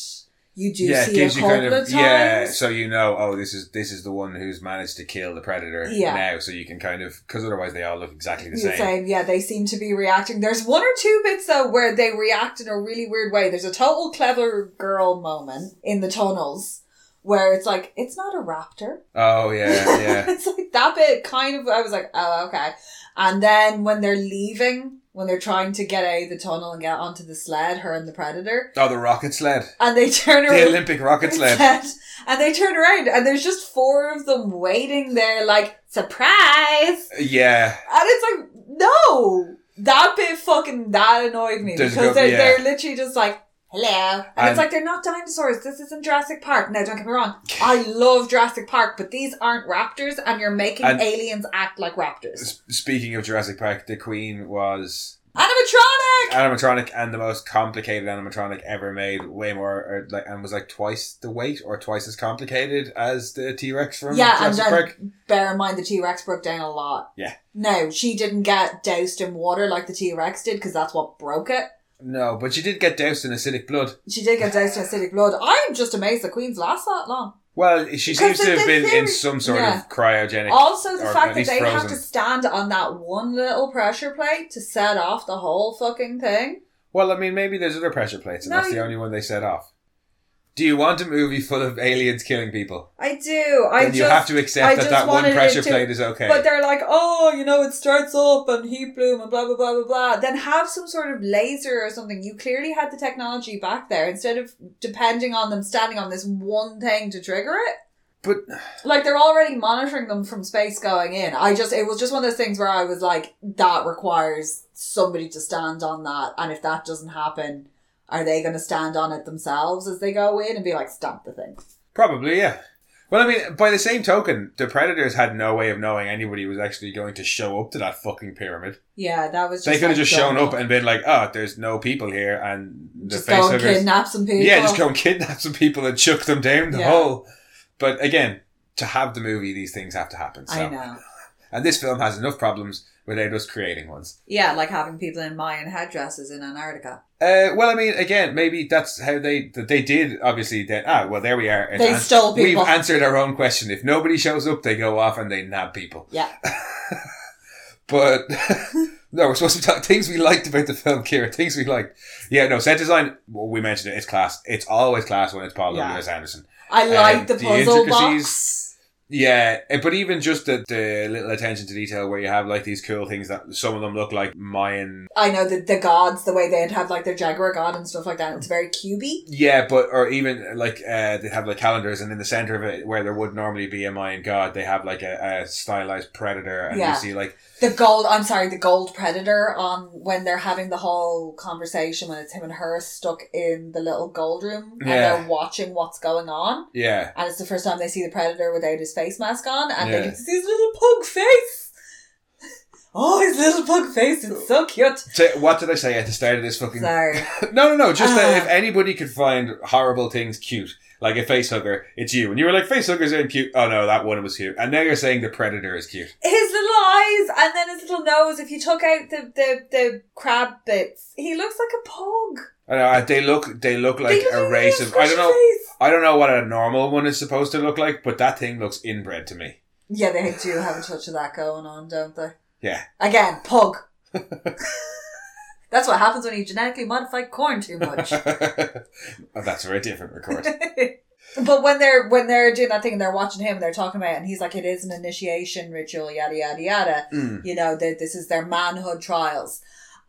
Speaker 2: You do see a couple of times.
Speaker 1: yeah, so you know, oh, this is this is the one who's managed to kill the predator
Speaker 2: Yeah.
Speaker 1: now, so you can kind of because otherwise they all look exactly the
Speaker 2: You're
Speaker 1: same.
Speaker 2: saying, yeah, they seem to be reacting. There's one or two bits though where they react in a really weird way. There's a total clever girl moment in the tunnels where it's like, it's not a raptor.
Speaker 1: Oh yeah, yeah.
Speaker 2: it's like that bit kind of, I was like, oh, okay. And then when they're leaving, when they're trying to get out of the tunnel and get onto the sled, her and the predator,
Speaker 1: oh, the rocket sled,
Speaker 2: and they turn
Speaker 1: the
Speaker 2: around.
Speaker 1: Olympic rocket sled.
Speaker 2: sled, And they turn around and there's just four of them waiting there like, surprise!
Speaker 1: Yeah,
Speaker 2: And it's like, no, that bit fucking that annoyed me
Speaker 1: There's a
Speaker 2: because
Speaker 1: good-
Speaker 2: they're,
Speaker 1: yeah.
Speaker 2: they're literally just like, hello, and,
Speaker 1: And-
Speaker 2: it's like they're not dinosaurs. This isn't Jurassic Park. Now, don't get me wrong, I love Jurassic Park, but these aren't raptors, and you're making
Speaker 1: And-
Speaker 2: aliens act like raptors.
Speaker 1: S- speaking of Jurassic Park, the Queen was
Speaker 2: Animatronic.
Speaker 1: animatronic and the most complicated animatronic ever made. Way more, or like, and was like twice the weight or twice as complicated as the T Rex from
Speaker 2: Yeah, and
Speaker 1: Jurassic
Speaker 2: then-
Speaker 1: Park.
Speaker 2: Bear in mind the T Rex broke down a lot.
Speaker 1: Yeah.
Speaker 2: No, she didn't get doused in water like the T Rex did because that's what broke it.
Speaker 1: No, but she did get doused in acidic blood.
Speaker 2: She did get doused in acidic blood. I'm just amazed the Queen's last that long.
Speaker 1: Well, she
Speaker 2: Because
Speaker 1: seems to
Speaker 2: the-
Speaker 1: have
Speaker 2: the
Speaker 1: been in
Speaker 2: theory-
Speaker 1: some sort
Speaker 2: yeah.
Speaker 1: of cryogenic.
Speaker 2: Also, the
Speaker 1: or
Speaker 2: fact
Speaker 1: at
Speaker 2: that
Speaker 1: least
Speaker 2: they have to
Speaker 1: frozen.
Speaker 2: stand on that one little pressure plate to set off the whole fucking thing.
Speaker 1: Well, I mean, maybe there's other pressure plates, and
Speaker 2: No,
Speaker 1: that's the
Speaker 2: you-
Speaker 1: only one they set off. Do you want a movie full of aliens killing people?
Speaker 2: I do. I
Speaker 1: then
Speaker 2: just.
Speaker 1: you have to accept
Speaker 2: I
Speaker 1: that
Speaker 2: just
Speaker 1: that one
Speaker 2: wanted it
Speaker 1: pressure
Speaker 2: to-
Speaker 1: plate is okay.
Speaker 2: But they're like, oh, you know, it starts up and heat bloom and blah blah blah blah blah. Then have some sort of laser or something. You clearly had the technology back there instead of depending on them standing on this one thing to trigger it.
Speaker 1: But
Speaker 2: Like they're already monitoring them from space going in. I just it was just one of those things where I was like, that requires somebody to stand on that, and if that doesn't happen, Are they going to stand on it themselves as they go in and be like, stamp the thing?
Speaker 1: Probably, yeah. Well, I mean, by the same token, the Predators had no way of knowing anybody was actually going to show up to that fucking pyramid.
Speaker 2: Yeah, that was. Just
Speaker 1: they could
Speaker 2: like
Speaker 1: have just shown
Speaker 2: going-
Speaker 1: up and been like, oh, there's no people here, and the
Speaker 2: just go and
Speaker 1: facehuggers.
Speaker 2: kidnap some people.
Speaker 1: Yeah, just go and kidnap some people and chuck them down the
Speaker 2: Yeah.
Speaker 1: hole. But again, to have the movie, these things have to happen. So.
Speaker 2: I know.
Speaker 1: And this film has enough problems without us creating ones.
Speaker 2: Yeah, like having people in Mayan headdresses in Antarctica.
Speaker 1: Uh, well, I mean, again, maybe that's how they that they did. Obviously, that ah, well, there we are. And
Speaker 2: They
Speaker 1: ans-
Speaker 2: stole
Speaker 1: We've
Speaker 2: people.
Speaker 1: answered our own question. If nobody shows up, they go off and they nab people.
Speaker 2: Yeah.
Speaker 1: But no, we're supposed to talk things we liked about the film, Kira. Things we liked. Yeah, no, set design. Well, we mentioned it. It's class. It's always class when it's Paul
Speaker 2: Yeah.
Speaker 1: W.S. Anderson.
Speaker 2: I like
Speaker 1: Um,
Speaker 2: the
Speaker 1: the
Speaker 2: puzzle
Speaker 1: intricacies.
Speaker 2: box.
Speaker 1: Yeah, eh, but even just the, the little attention to detail where you have like these cool things that some of them look like Mayan.
Speaker 2: I know the, the gods, the way they'd have like their Jaguar god and stuff like that. It's very cubey.
Speaker 1: Yeah, but or even like uh, they have like calendars, and in the center of it, where there would normally be a Mayan god, they have like a, a stylized predator, and
Speaker 2: Yeah.
Speaker 1: you see like
Speaker 2: The gold, I'm sorry, the gold predator on when they're having the whole conversation when it's him and her stuck in the little gold room and
Speaker 1: Yeah.
Speaker 2: they're watching what's going on.
Speaker 1: yeah.
Speaker 2: And it's the first time they see the predator without his face mask on and
Speaker 1: Yeah.
Speaker 2: they get to see his little pug face. Oh, his little pug face. It's so cute.
Speaker 1: So, what did I say at the start of this fucking?
Speaker 2: Sorry.
Speaker 1: No, no, no. Just that
Speaker 2: Ah.
Speaker 1: if anybody could find horrible things cute, like a face hugger, it's you. And you were like, face huggers aren't cute. Oh no, that one was cute. And now you're saying the predator is cute.
Speaker 2: his little eyes and then his little nose. If you took out the, the, the crab bits, he looks like a pug.
Speaker 1: I know uh, they look, they look like
Speaker 2: They look
Speaker 1: a
Speaker 2: like
Speaker 1: race
Speaker 2: little
Speaker 1: of. I don't
Speaker 2: squishy
Speaker 1: know.
Speaker 2: face.
Speaker 1: I don't know what a normal one is supposed to look like, but that thing looks inbred to me.
Speaker 2: Yeah, they do have a touch of that going on, don't they?
Speaker 1: Yeah.
Speaker 2: Again, pug. That's what happens when you genetically modify corn too much.
Speaker 1: Oh, That's a very different record.
Speaker 2: but when they're when they're doing that thing and they're watching him, they're talking about it, and he's like, "It is an initiation ritual, yada yada yada."
Speaker 1: Mm.
Speaker 2: You know that this is their manhood trials,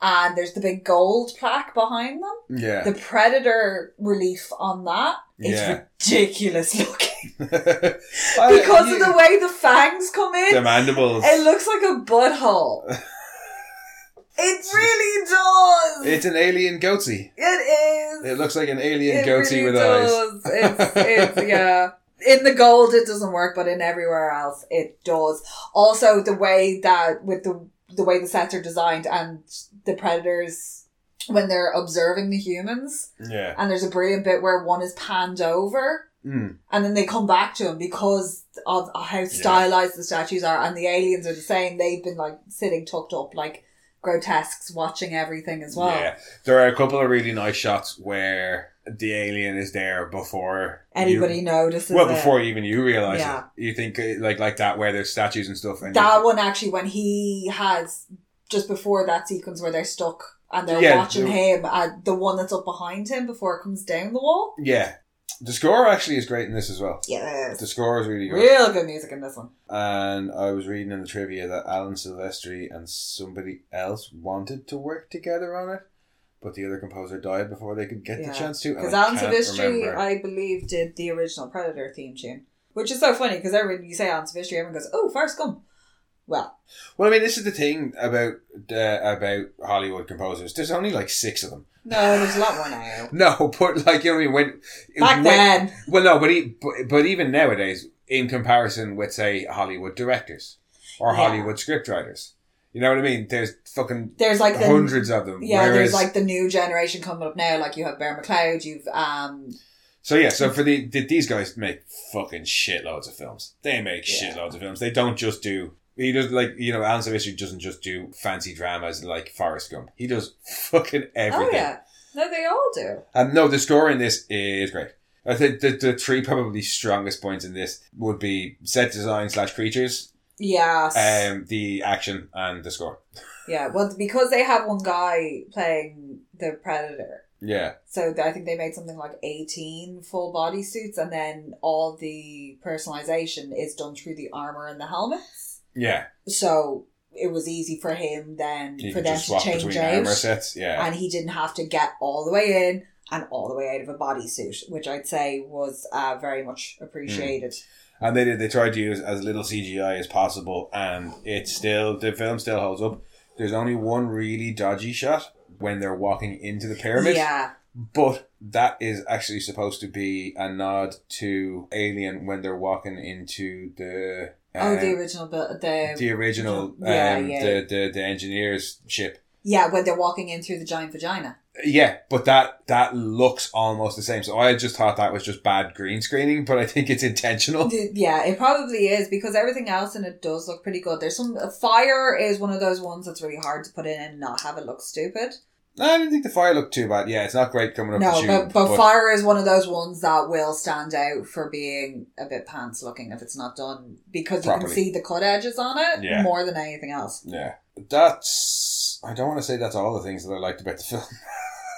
Speaker 2: and there's the big gold plaque behind them.
Speaker 1: Yeah.
Speaker 2: The predator relief on that is
Speaker 1: Yeah.
Speaker 2: ridiculous looking
Speaker 1: I-
Speaker 2: because of
Speaker 1: you-
Speaker 2: the way the fangs come in.
Speaker 1: the mandibles.
Speaker 2: It looks like a butthole. it really does.
Speaker 1: It's an alien goatee.
Speaker 2: it is.
Speaker 1: It looks like an alien
Speaker 2: It
Speaker 1: goatee
Speaker 2: really
Speaker 1: with eyes.
Speaker 2: does. It's, it's yeah. In the gold, it doesn't work, but in everywhere else, it does. Also, the way that with the the way the sets are designed and the predators when they're observing the humans,
Speaker 1: Yeah.
Speaker 2: and there's a brilliant bit where one is panned over
Speaker 1: Mm.
Speaker 2: and then they come back to him because of how stylized the statues are and the aliens are the same they've been like sitting tucked up like grotesques watching everything as well
Speaker 1: Yeah. There are a couple of really nice shots where the alien is there before you-
Speaker 2: anybody notices
Speaker 1: well,
Speaker 2: it.
Speaker 1: before even you realize
Speaker 2: Yeah.
Speaker 1: it. You think uh, like like that where there's statues and stuff. And
Speaker 2: that one actually when he has just before that sequence where they're stuck and they're
Speaker 1: Yeah,
Speaker 2: watching
Speaker 1: the-
Speaker 2: him uh, the one that's up behind him before it comes down the wall
Speaker 1: yeah, the score actually is great in this as well.
Speaker 2: yes
Speaker 1: The score is really good.
Speaker 2: real good music in this one
Speaker 1: And I was reading in the trivia that Alan Silvestri and somebody else wanted to work together on it, but the other composer died before they could get
Speaker 2: Yeah.
Speaker 1: the chance to. and
Speaker 2: Because
Speaker 1: I
Speaker 2: Alan
Speaker 1: can't
Speaker 2: Silvestri,
Speaker 1: remember.
Speaker 2: I believe, did the original Predator theme tune, which is so funny because everyone you say Alan Silvestri, everyone goes, "Oh, Forrest Gump." Well,
Speaker 1: Well, I mean, this is the thing about uh, about Hollywood composers. There's only like six of them.
Speaker 2: no, there's a lot more now.
Speaker 1: No, but like you know, what I mean, when
Speaker 2: Back
Speaker 1: when-
Speaker 2: then,
Speaker 1: Well, no, but, e but but even nowadays, in comparison with say Hollywood directors or
Speaker 2: Yeah.
Speaker 1: Hollywood scriptwriters, you know what I mean? There's fucking
Speaker 2: there's like the
Speaker 1: hundreds of them.
Speaker 2: yeah,
Speaker 1: Whereas,
Speaker 2: there's like the new generation coming up now. Like you have Bear McLeod, you've um,
Speaker 1: so yeah, so for the, the these guys make fucking shitloads of films. They make
Speaker 2: Yeah.
Speaker 1: shitloads of films. They don't just do. He does like you know Alan Silvestri doesn't just do fancy dramas like Forrest Gump. He does fucking everything.
Speaker 2: oh yeah, no, they all do.
Speaker 1: Um, no, the score in this is great. I think the, the three probably strongest points in this would be set design slash creatures,
Speaker 2: Yes,
Speaker 1: um, the action, and the score.
Speaker 2: yeah. Well, because they have one guy playing the Predator.
Speaker 1: Yeah,
Speaker 2: So th- I think they made something like 18 full body suits, and then all the personalization is done through the armor and the helmets.
Speaker 1: yeah.
Speaker 2: So it was easy for him then
Speaker 1: You
Speaker 2: for
Speaker 1: can
Speaker 2: them
Speaker 1: just
Speaker 2: to
Speaker 1: swap
Speaker 2: change
Speaker 1: between armor
Speaker 2: out,
Speaker 1: sets. Yeah,
Speaker 2: and he didn't have to get all the way in and all the way out of a bodysuit, which I'd say was uh, very much appreciated.
Speaker 1: and they did. They tried to use as little CGI as possible, and it still the film still holds up. There's only one really dodgy shot when they're walking into the pyramid.
Speaker 2: Yeah,
Speaker 1: But that is actually supposed to be a nod to Alien when they're walking into the
Speaker 2: oh,
Speaker 1: um,
Speaker 2: the original, but the
Speaker 1: the original um,
Speaker 2: Yeah, yeah.
Speaker 1: The, the the engineers ship.
Speaker 2: yeah, when they're walking in through the giant vagina.
Speaker 1: Yeah, but that that looks almost the same. So I just thought that was just bad green screening, but I think it's intentional.
Speaker 2: The- yeah, it probably is because everything else in it does look pretty good. There's some fire is one of those ones that's really hard to put in and not have it look stupid.
Speaker 1: No, I didn't think the fire looked too bad. Yeah, it's not great coming up
Speaker 2: No,
Speaker 1: the tube,
Speaker 2: but, but fire is one of those ones that will stand out for being a bit pants looking if it's not done because you can
Speaker 1: Properly.
Speaker 2: see the cut edges on it
Speaker 1: Yeah.
Speaker 2: more than anything else.
Speaker 1: Yeah. That's. I don't want to say that's all the things that I liked about the film,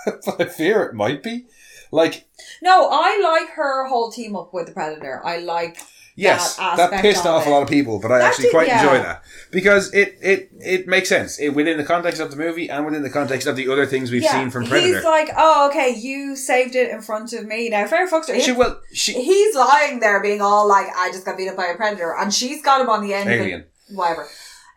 Speaker 1: but I fear it might be. Like,
Speaker 2: No, I like her whole team up with the predator. I like
Speaker 1: yes,
Speaker 2: That
Speaker 1: that,
Speaker 2: aspect
Speaker 1: pissed
Speaker 2: of
Speaker 1: off
Speaker 2: it.
Speaker 1: a lot of people, but I
Speaker 2: That
Speaker 1: actually
Speaker 2: did-
Speaker 1: quite
Speaker 2: yeah.
Speaker 1: enjoy that because it it it makes sense it, within the context of the movie and within the context of the other things we've
Speaker 2: Yeah,
Speaker 1: seen from Predator.
Speaker 2: He's like, oh, okay, you saved it in front of me. Now, Farrah Fawcett,
Speaker 1: she
Speaker 2: he,
Speaker 1: well, she
Speaker 2: he's lying there, being all like, I just got beat up by a predator, and she's got him on the end,
Speaker 1: alien.
Speaker 2: Of it, whatever,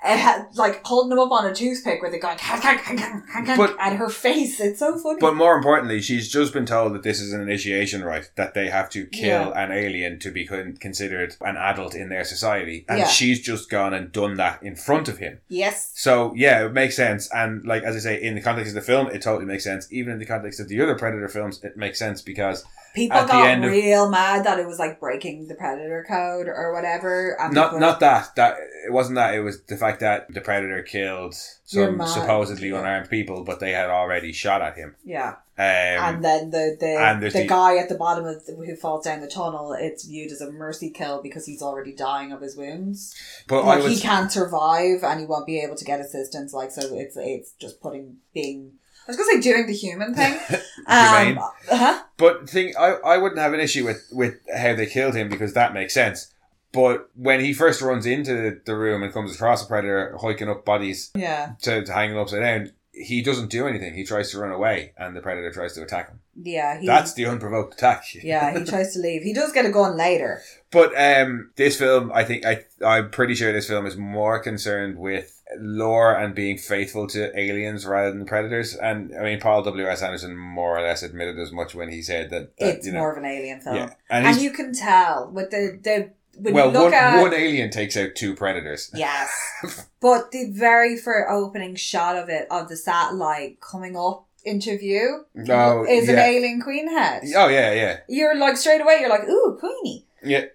Speaker 2: Uh, like holding him up on a toothpick with it going "Kank, kank, kank, kank, kank, kank,"
Speaker 1: But-
Speaker 2: at her face. It's so funny.
Speaker 1: But more importantly, she's just been told that this is an initiation rite, that they have to kill an alien to be con- considered an adult in their society. And
Speaker 2: Yeah.
Speaker 1: she's just gone and done that in front of him.
Speaker 2: yes,
Speaker 1: So, yeah, it makes sense. And, like, as I say, in the context of the film, it totally makes sense. Even in the context of the other Predator films, it makes sense because
Speaker 2: people
Speaker 1: at the
Speaker 2: got
Speaker 1: end of-
Speaker 2: real mad that it was like breaking the predator code or whatever. And
Speaker 1: not
Speaker 2: people-
Speaker 1: not that that it wasn't that it was the fact that the predator killed
Speaker 2: Your
Speaker 1: some
Speaker 2: man.
Speaker 1: supposedly
Speaker 2: Yeah.
Speaker 1: unarmed people, but they had already shot at him.
Speaker 2: yeah.
Speaker 1: Um,
Speaker 2: and then the the,
Speaker 1: and
Speaker 2: the,
Speaker 1: there's the-
Speaker 2: guy at the bottom of the, who falls down the tunnel, it's viewed as a mercy kill because he's already dying of his wounds.
Speaker 1: but I
Speaker 2: like
Speaker 1: would
Speaker 2: he can't survive and he won't be able to get assistance. Like so, it's it's just putting being. I was gonna say doing the human thing.
Speaker 1: Humane.
Speaker 2: um, huh?
Speaker 1: But thing, I, I wouldn't have an issue with, with how they killed him because that makes sense. But when he first runs into the room and comes across a predator hiking up bodies
Speaker 2: Yeah,
Speaker 1: to, to hang them upside down, he doesn't do anything. He tries to run away and the predator tries to attack him.
Speaker 2: yeah. He,
Speaker 1: That's the unprovoked attack.
Speaker 2: yeah. He tries to leave. He does get a gun later.
Speaker 1: But um, this film, I think, I, I'm pretty sure this film is more concerned with lore and being faithful to aliens rather than predators. And I mean, Paul W.S. Anderson more or less admitted as much when he said that. that
Speaker 2: It's
Speaker 1: you know,
Speaker 2: more of an alien film,
Speaker 1: yeah.
Speaker 2: and,
Speaker 1: he's
Speaker 2: you can tell with the the when
Speaker 1: well,
Speaker 2: you
Speaker 1: one,
Speaker 2: look at
Speaker 1: one alien takes out two predators.
Speaker 2: Yes. but the very first opening shot of it, of the satellite coming up into view,
Speaker 1: No,
Speaker 2: is an
Speaker 1: Oh, yeah.
Speaker 2: alien queen head.
Speaker 1: Oh yeah, yeah.
Speaker 2: You're like, straight away, you're like, ooh, queenie.
Speaker 1: Yeah.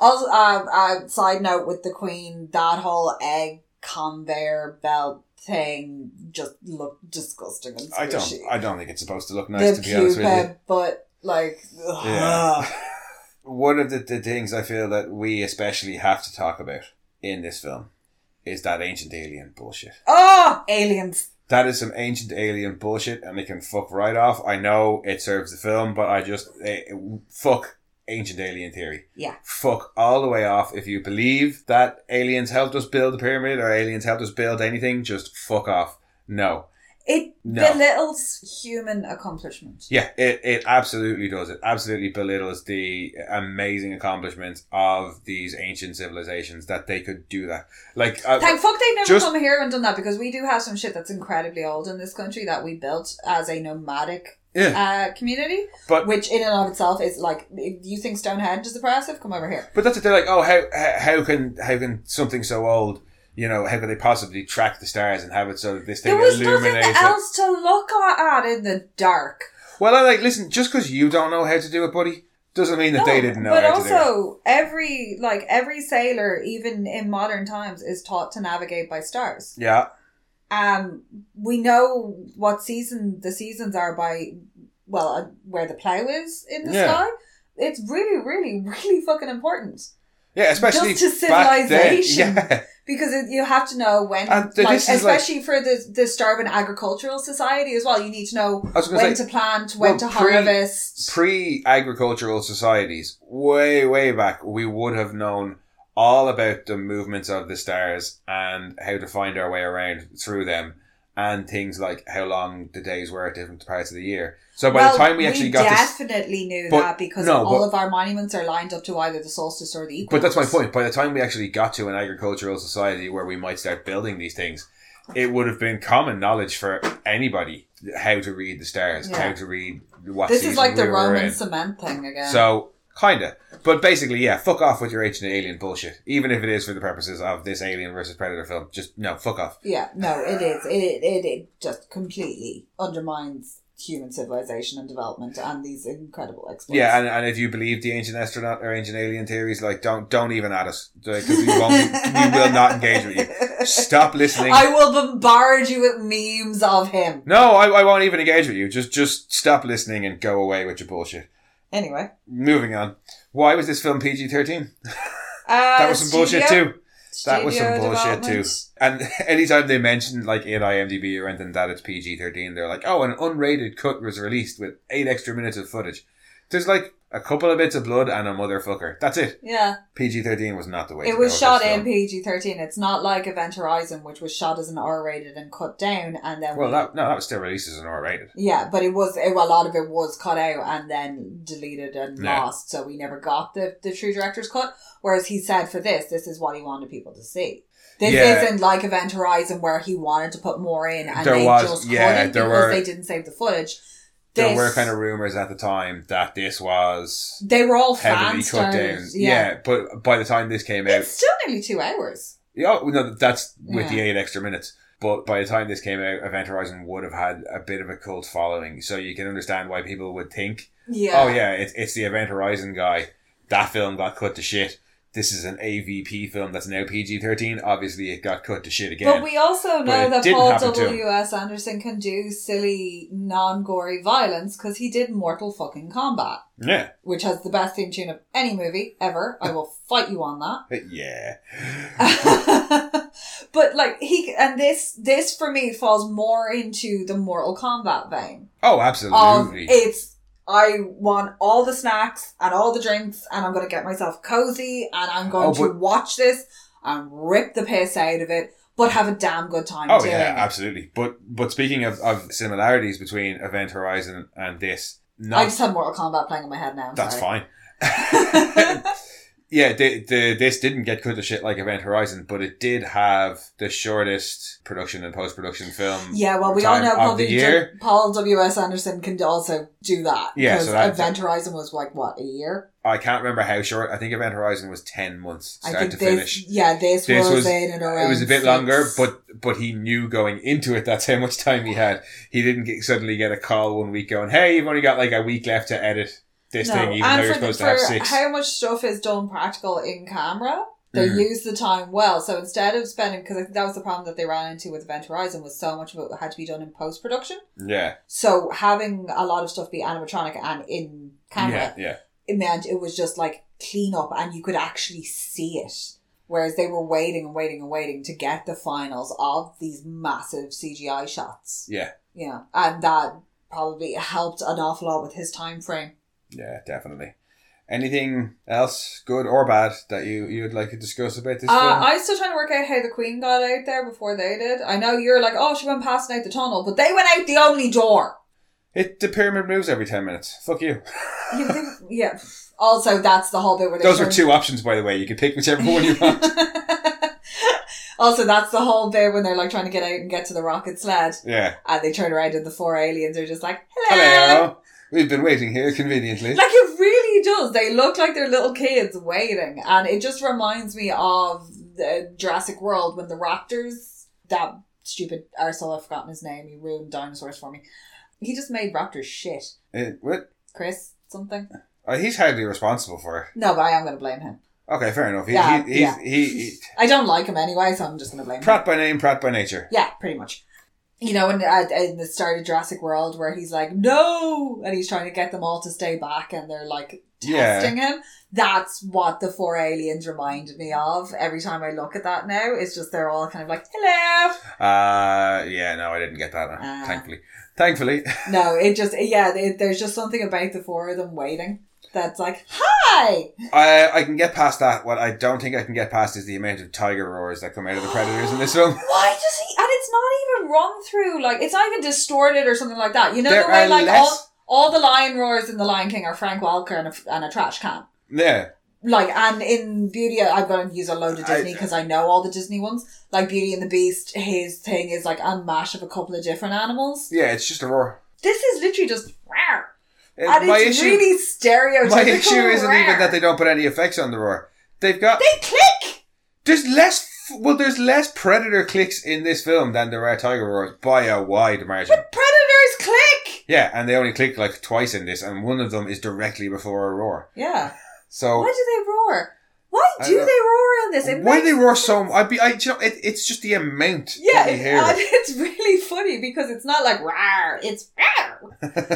Speaker 2: Also, uh, uh, side note with the queen, that whole egg conveyor belt thing just looked disgusting and
Speaker 1: I don't.
Speaker 2: squishy.
Speaker 1: I don't think it's supposed to look nice.
Speaker 2: the
Speaker 1: to be honest with you,
Speaker 2: pupa, but like, ugh.
Speaker 1: Yeah. one of the, the things I feel that we especially have to talk about in this film is that ancient alien bullshit.
Speaker 2: oh, aliens.
Speaker 1: That is some ancient alien bullshit, and it can fuck right off. I know it serves the film, but I just eh, fuck ancient alien theory.
Speaker 2: Yeah.
Speaker 1: Fuck all the way off. If you believe that aliens helped us build the pyramid or aliens helped us build anything, just fuck off. No.
Speaker 2: It
Speaker 1: No.
Speaker 2: belittles human accomplishment.
Speaker 1: Yeah, it, it absolutely does. It absolutely belittles the amazing accomplishments of these ancient civilizations that they could do that. Like, uh,
Speaker 2: Thank fuck they've never
Speaker 1: Just-
Speaker 2: come here and done that because we do have some shit that's incredibly old in this country that we built as a nomadic
Speaker 1: yeah,
Speaker 2: uh, community,
Speaker 1: but
Speaker 2: which in and of itself is like, you think Stonehenge is impressive? Come over here.
Speaker 1: but that's it. They're like, oh, how how how can how can something so old, you know, how could they possibly track the stars and have it so that this thing
Speaker 2: There was nothing
Speaker 1: illuminates? it?
Speaker 2: else to look at in the dark.
Speaker 1: Well, I like listen. Just because you don't know how to do it, buddy, doesn't mean that they
Speaker 2: No,
Speaker 1: didn't know
Speaker 2: But
Speaker 1: how to do it.
Speaker 2: also, every like every sailor, even in modern times, is taught to navigate by stars.
Speaker 1: Yeah,
Speaker 2: Um, we know what season the seasons are by, well, uh, where the plow is in the
Speaker 1: Yeah.
Speaker 2: sky. It's really, really, really fucking important
Speaker 1: yeah, especially
Speaker 2: Just to
Speaker 1: back then.
Speaker 2: civilization.
Speaker 1: Yeah,
Speaker 2: because it, you have to know when,
Speaker 1: And th-
Speaker 2: like,
Speaker 1: this is like-
Speaker 2: especially for the the Starvin Agricultural Society as well. You need to know
Speaker 1: I was going to say
Speaker 2: when to plant, when
Speaker 1: well,
Speaker 2: to
Speaker 1: pre-
Speaker 2: harvest.
Speaker 1: pre-agricultural societies, way way back, we would have known all about the movements of the stars and how to find our way around through them, and things like how long the days were at different parts of the year. So by
Speaker 2: well,
Speaker 1: the time we actually got this,
Speaker 2: definitely knew
Speaker 1: But-
Speaker 2: that because
Speaker 1: no,
Speaker 2: all
Speaker 1: but-
Speaker 2: of our monuments are lined up to either the solstice or the equinox.
Speaker 1: but that's my point. By the time we actually got to an agricultural society where we might start building these things, it would have been common knowledge for anybody how to read the stars,
Speaker 2: Yeah.
Speaker 1: how to read what.
Speaker 2: This is
Speaker 1: season
Speaker 2: like the
Speaker 1: we were
Speaker 2: Roman
Speaker 1: in.
Speaker 2: cement thing again.
Speaker 1: So kinda, but basically, yeah, fuck off with your ancient alien bullshit. Even if it is for the purposes of this Alien versus Predator film, just no, fuck off.
Speaker 2: yeah, no, it is. It, it it just completely undermines human civilization and development and these incredible exploits.
Speaker 1: Yeah, and, and if you believe the ancient astronaut or ancient alien theories, like don't don't even add us because we won't, we will not engage with you. Stop listening.
Speaker 2: I will bombard you with memes of him.
Speaker 1: no, I, I won't even engage with you. Just just stop listening and go away with your bullshit.
Speaker 2: Anyway,
Speaker 1: Moving on. Why was this film PG thirteen?
Speaker 2: uh,
Speaker 1: That was some bullshit too. That was some
Speaker 2: studio
Speaker 1: bullshit too.
Speaker 2: development.
Speaker 1: And anytime they mention like in IMDb or anything that it's PG thirteen, they're like, "Oh, an unrated cut was released with eight extra minutes of footage." There's like a couple of bits of blood and a motherfucker. That's it.
Speaker 2: Yeah,
Speaker 1: PG thirteen was not the way. to
Speaker 2: it
Speaker 1: go with
Speaker 2: was
Speaker 1: this
Speaker 2: shot
Speaker 1: film.
Speaker 2: in PG thirteen. It's not like Event Horizon, which was shot as an R rated and cut down, and then
Speaker 1: Well,
Speaker 2: we-
Speaker 1: that no, that was still released as an R rated.
Speaker 2: Yeah, but it was it, a lot of it was cut out and then deleted and
Speaker 1: Yeah.
Speaker 2: lost, so we never got the the true director's cut. Whereas he said for this, this is what he wanted people to see. This
Speaker 1: Yeah.
Speaker 2: isn't like Event Horizon where he wanted to put more in and
Speaker 1: There
Speaker 2: they
Speaker 1: was-
Speaker 2: just
Speaker 1: yeah,
Speaker 2: couldn't
Speaker 1: there
Speaker 2: because
Speaker 1: were-
Speaker 2: they didn't save the footage.
Speaker 1: There
Speaker 2: This-
Speaker 1: were kind of rumors at the time that this was
Speaker 2: they were all
Speaker 1: heavily
Speaker 2: fan
Speaker 1: cut down.
Speaker 2: stars.
Speaker 1: Yeah. but by the time this came out,
Speaker 2: it's still nearly two hours.
Speaker 1: yeah, oh, no, that's with the
Speaker 2: Yeah.
Speaker 1: eight extra minutes. But by the time this came out, Event Horizon would have had a bit of a cult following, so you can understand why people would think,
Speaker 2: Yeah.
Speaker 1: "Oh yeah, it's it's the Event Horizon guy. That film got cut to shit. This is an AVP film that's now PG thirteen. Obviously, it got cut to shit again."
Speaker 2: But we also know
Speaker 1: it
Speaker 2: that
Speaker 1: didn't
Speaker 2: Paul
Speaker 1: happen to him.
Speaker 2: W.S. Anderson can do silly, non gory violence because he did Mortal fucking Combat,
Speaker 1: yeah,
Speaker 2: which has the best theme tune of any movie ever. I will fight you on that.
Speaker 1: yeah.
Speaker 2: but like he and this this for me falls more into the Mortal Kombat vein
Speaker 1: Oh,
Speaker 2: of
Speaker 1: absolutely.
Speaker 2: it's I want all the snacks and all the drinks and I'm gonna get myself cozy and I'm going
Speaker 1: Oh,
Speaker 2: to
Speaker 1: but-
Speaker 2: watch this and rip the piss out of it, but have a damn good time
Speaker 1: Oh
Speaker 2: doing
Speaker 1: yeah,
Speaker 2: it.
Speaker 1: absolutely. But but speaking of, of similarities between Event Horizon and this,
Speaker 2: I
Speaker 1: not
Speaker 2: just have Mortal Kombat playing in my head now. I'm
Speaker 1: that's
Speaker 2: sorry.
Speaker 1: fine. yeah, the, the this didn't get cut to shit like Event Horizon, but it did have the shortest production and post production film.
Speaker 2: yeah, well, we all
Speaker 1: Time
Speaker 2: know
Speaker 1: of
Speaker 2: Paul,
Speaker 1: the
Speaker 2: W-
Speaker 1: year.
Speaker 2: Paul W. S. Anderson can also do that.
Speaker 1: Yeah,
Speaker 2: because
Speaker 1: so that-
Speaker 2: Event Horizon was like what a year.
Speaker 1: I can't remember how short. I think Event Horizon was ten months start
Speaker 2: I think
Speaker 1: to
Speaker 2: this,
Speaker 1: finish.
Speaker 2: yeah, this,
Speaker 1: This
Speaker 2: was,
Speaker 1: was-
Speaker 2: in and around.
Speaker 1: It was a bit
Speaker 2: six.
Speaker 1: longer, but but he knew going into it that's how much time he had. He didn't get, suddenly get a call one week going, "Hey, you've only got like a week left to edit this
Speaker 2: No,
Speaker 1: thing," even
Speaker 2: and
Speaker 1: though you're
Speaker 2: for the-
Speaker 1: supposed to have
Speaker 2: for
Speaker 1: six.
Speaker 2: How much stuff is done practical in camera? They
Speaker 1: Mhm.
Speaker 2: use the time well. So instead of spending, because I think that was the problem that they ran into with Event Horizon, was so much of it had to be done in post production.
Speaker 1: yeah,
Speaker 2: So having a lot of stuff be animatronic and in camera
Speaker 1: yeah, yeah.
Speaker 2: it meant it was just like clean up and you could actually see it. Whereas they were waiting and waiting and waiting to get the finals of these massive CGI shots.
Speaker 1: Yeah.
Speaker 2: Yeah. And that probably helped an awful lot with his time frame.
Speaker 1: Yeah, definitely. Anything else, good or bad, that you you'd like to discuss about this
Speaker 2: Uh,
Speaker 1: film?
Speaker 2: I'm still trying to work out how the Queen got out there before they did. I know you're like, oh, she went past and out the tunnel, but they went out the only door.
Speaker 1: it the pyramid moves every ten minutes. Fuck you.
Speaker 2: You think- yeah. Also, that's the whole bit where they
Speaker 1: Those are
Speaker 2: turned-
Speaker 1: two options, by the way. You can pick whichever one you want.
Speaker 2: also, that's the whole bit when they're like trying to get out and get to the rocket sled.
Speaker 1: Yeah.
Speaker 2: And they turn around and the four aliens are just like, hello.
Speaker 1: Hello. We've been waiting here conveniently.
Speaker 2: Like it really does. They look like they're little kids waiting. And it just reminds me of the Jurassic World when the raptors, that stupid arsehole, I've forgotten his name, he ruined dinosaurs for me. He just made raptors shit.
Speaker 1: Eh, what?
Speaker 2: Chris, something?
Speaker 1: Uh, he's hardly responsible for it.
Speaker 2: No, but I am going to blame him.
Speaker 1: Okay, fair enough. He,
Speaker 2: Yeah,
Speaker 1: he, he's,
Speaker 2: yeah.
Speaker 1: he, he
Speaker 2: I don't like him anyway, so I'm just going to blame him.
Speaker 1: Pratt by name, Pratt by nature.
Speaker 2: Yeah, pretty much. You know, in, at- in the start of Jurassic World, where he's like, no! And he's trying to get them all to stay back, and they're like
Speaker 1: Yeah.
Speaker 2: testing him. That's what the four aliens reminded me of. Every time I look at that now, it's just they're all kind of like, hello!
Speaker 1: Uh, yeah, no, I didn't get that. uh,
Speaker 2: Ah.
Speaker 1: thankfully, thankfully,
Speaker 2: No, it just, yeah, it, there's just something about the four of them waiting that's like, hi!
Speaker 1: I I can get past that. What I don't think I can get past is the amount of tiger roars that come out of the predators in this film.
Speaker 2: Why does he, and it's not even run through, like, it's not even distorted or something like that. You know,
Speaker 1: There
Speaker 2: the way,
Speaker 1: are
Speaker 2: like,
Speaker 1: less.
Speaker 2: all, all the lion roars in The Lion King are Frank Walker and a, and a trash can.
Speaker 1: Yeah,
Speaker 2: like and in Beauty, I'm going to use a load of Disney because I, know all the Disney ones. Like Beauty and the Beast, his thing is like a mash of a couple of different animals.
Speaker 1: Yeah, it's just a roar.
Speaker 2: This is literally just rawr,
Speaker 1: Uh,
Speaker 2: and
Speaker 1: my
Speaker 2: it's
Speaker 1: issue,
Speaker 2: really stereotypical.
Speaker 1: my issue isn't even
Speaker 2: rawr.
Speaker 1: that they don't put any effects on the roar. They've got
Speaker 2: they click.
Speaker 1: there's less. f- Well, there's less predator clicks in this film than there are tiger roars by a wide margin.
Speaker 2: Predators click.
Speaker 1: Yeah, and they only click like twice in this, and one of them is directly before a roar.
Speaker 2: Yeah.
Speaker 1: So
Speaker 2: Why do they roar? Why
Speaker 1: Oh. I
Speaker 2: do they
Speaker 1: don't-
Speaker 2: roar in this? It
Speaker 1: why do
Speaker 2: makes-
Speaker 1: they roar so? m- I'd be, I, you know, it, it's just the amount.
Speaker 2: Yeah,
Speaker 1: that we
Speaker 2: it's,
Speaker 1: hear.
Speaker 2: and it's really funny because it's not like rawr, it's rawr.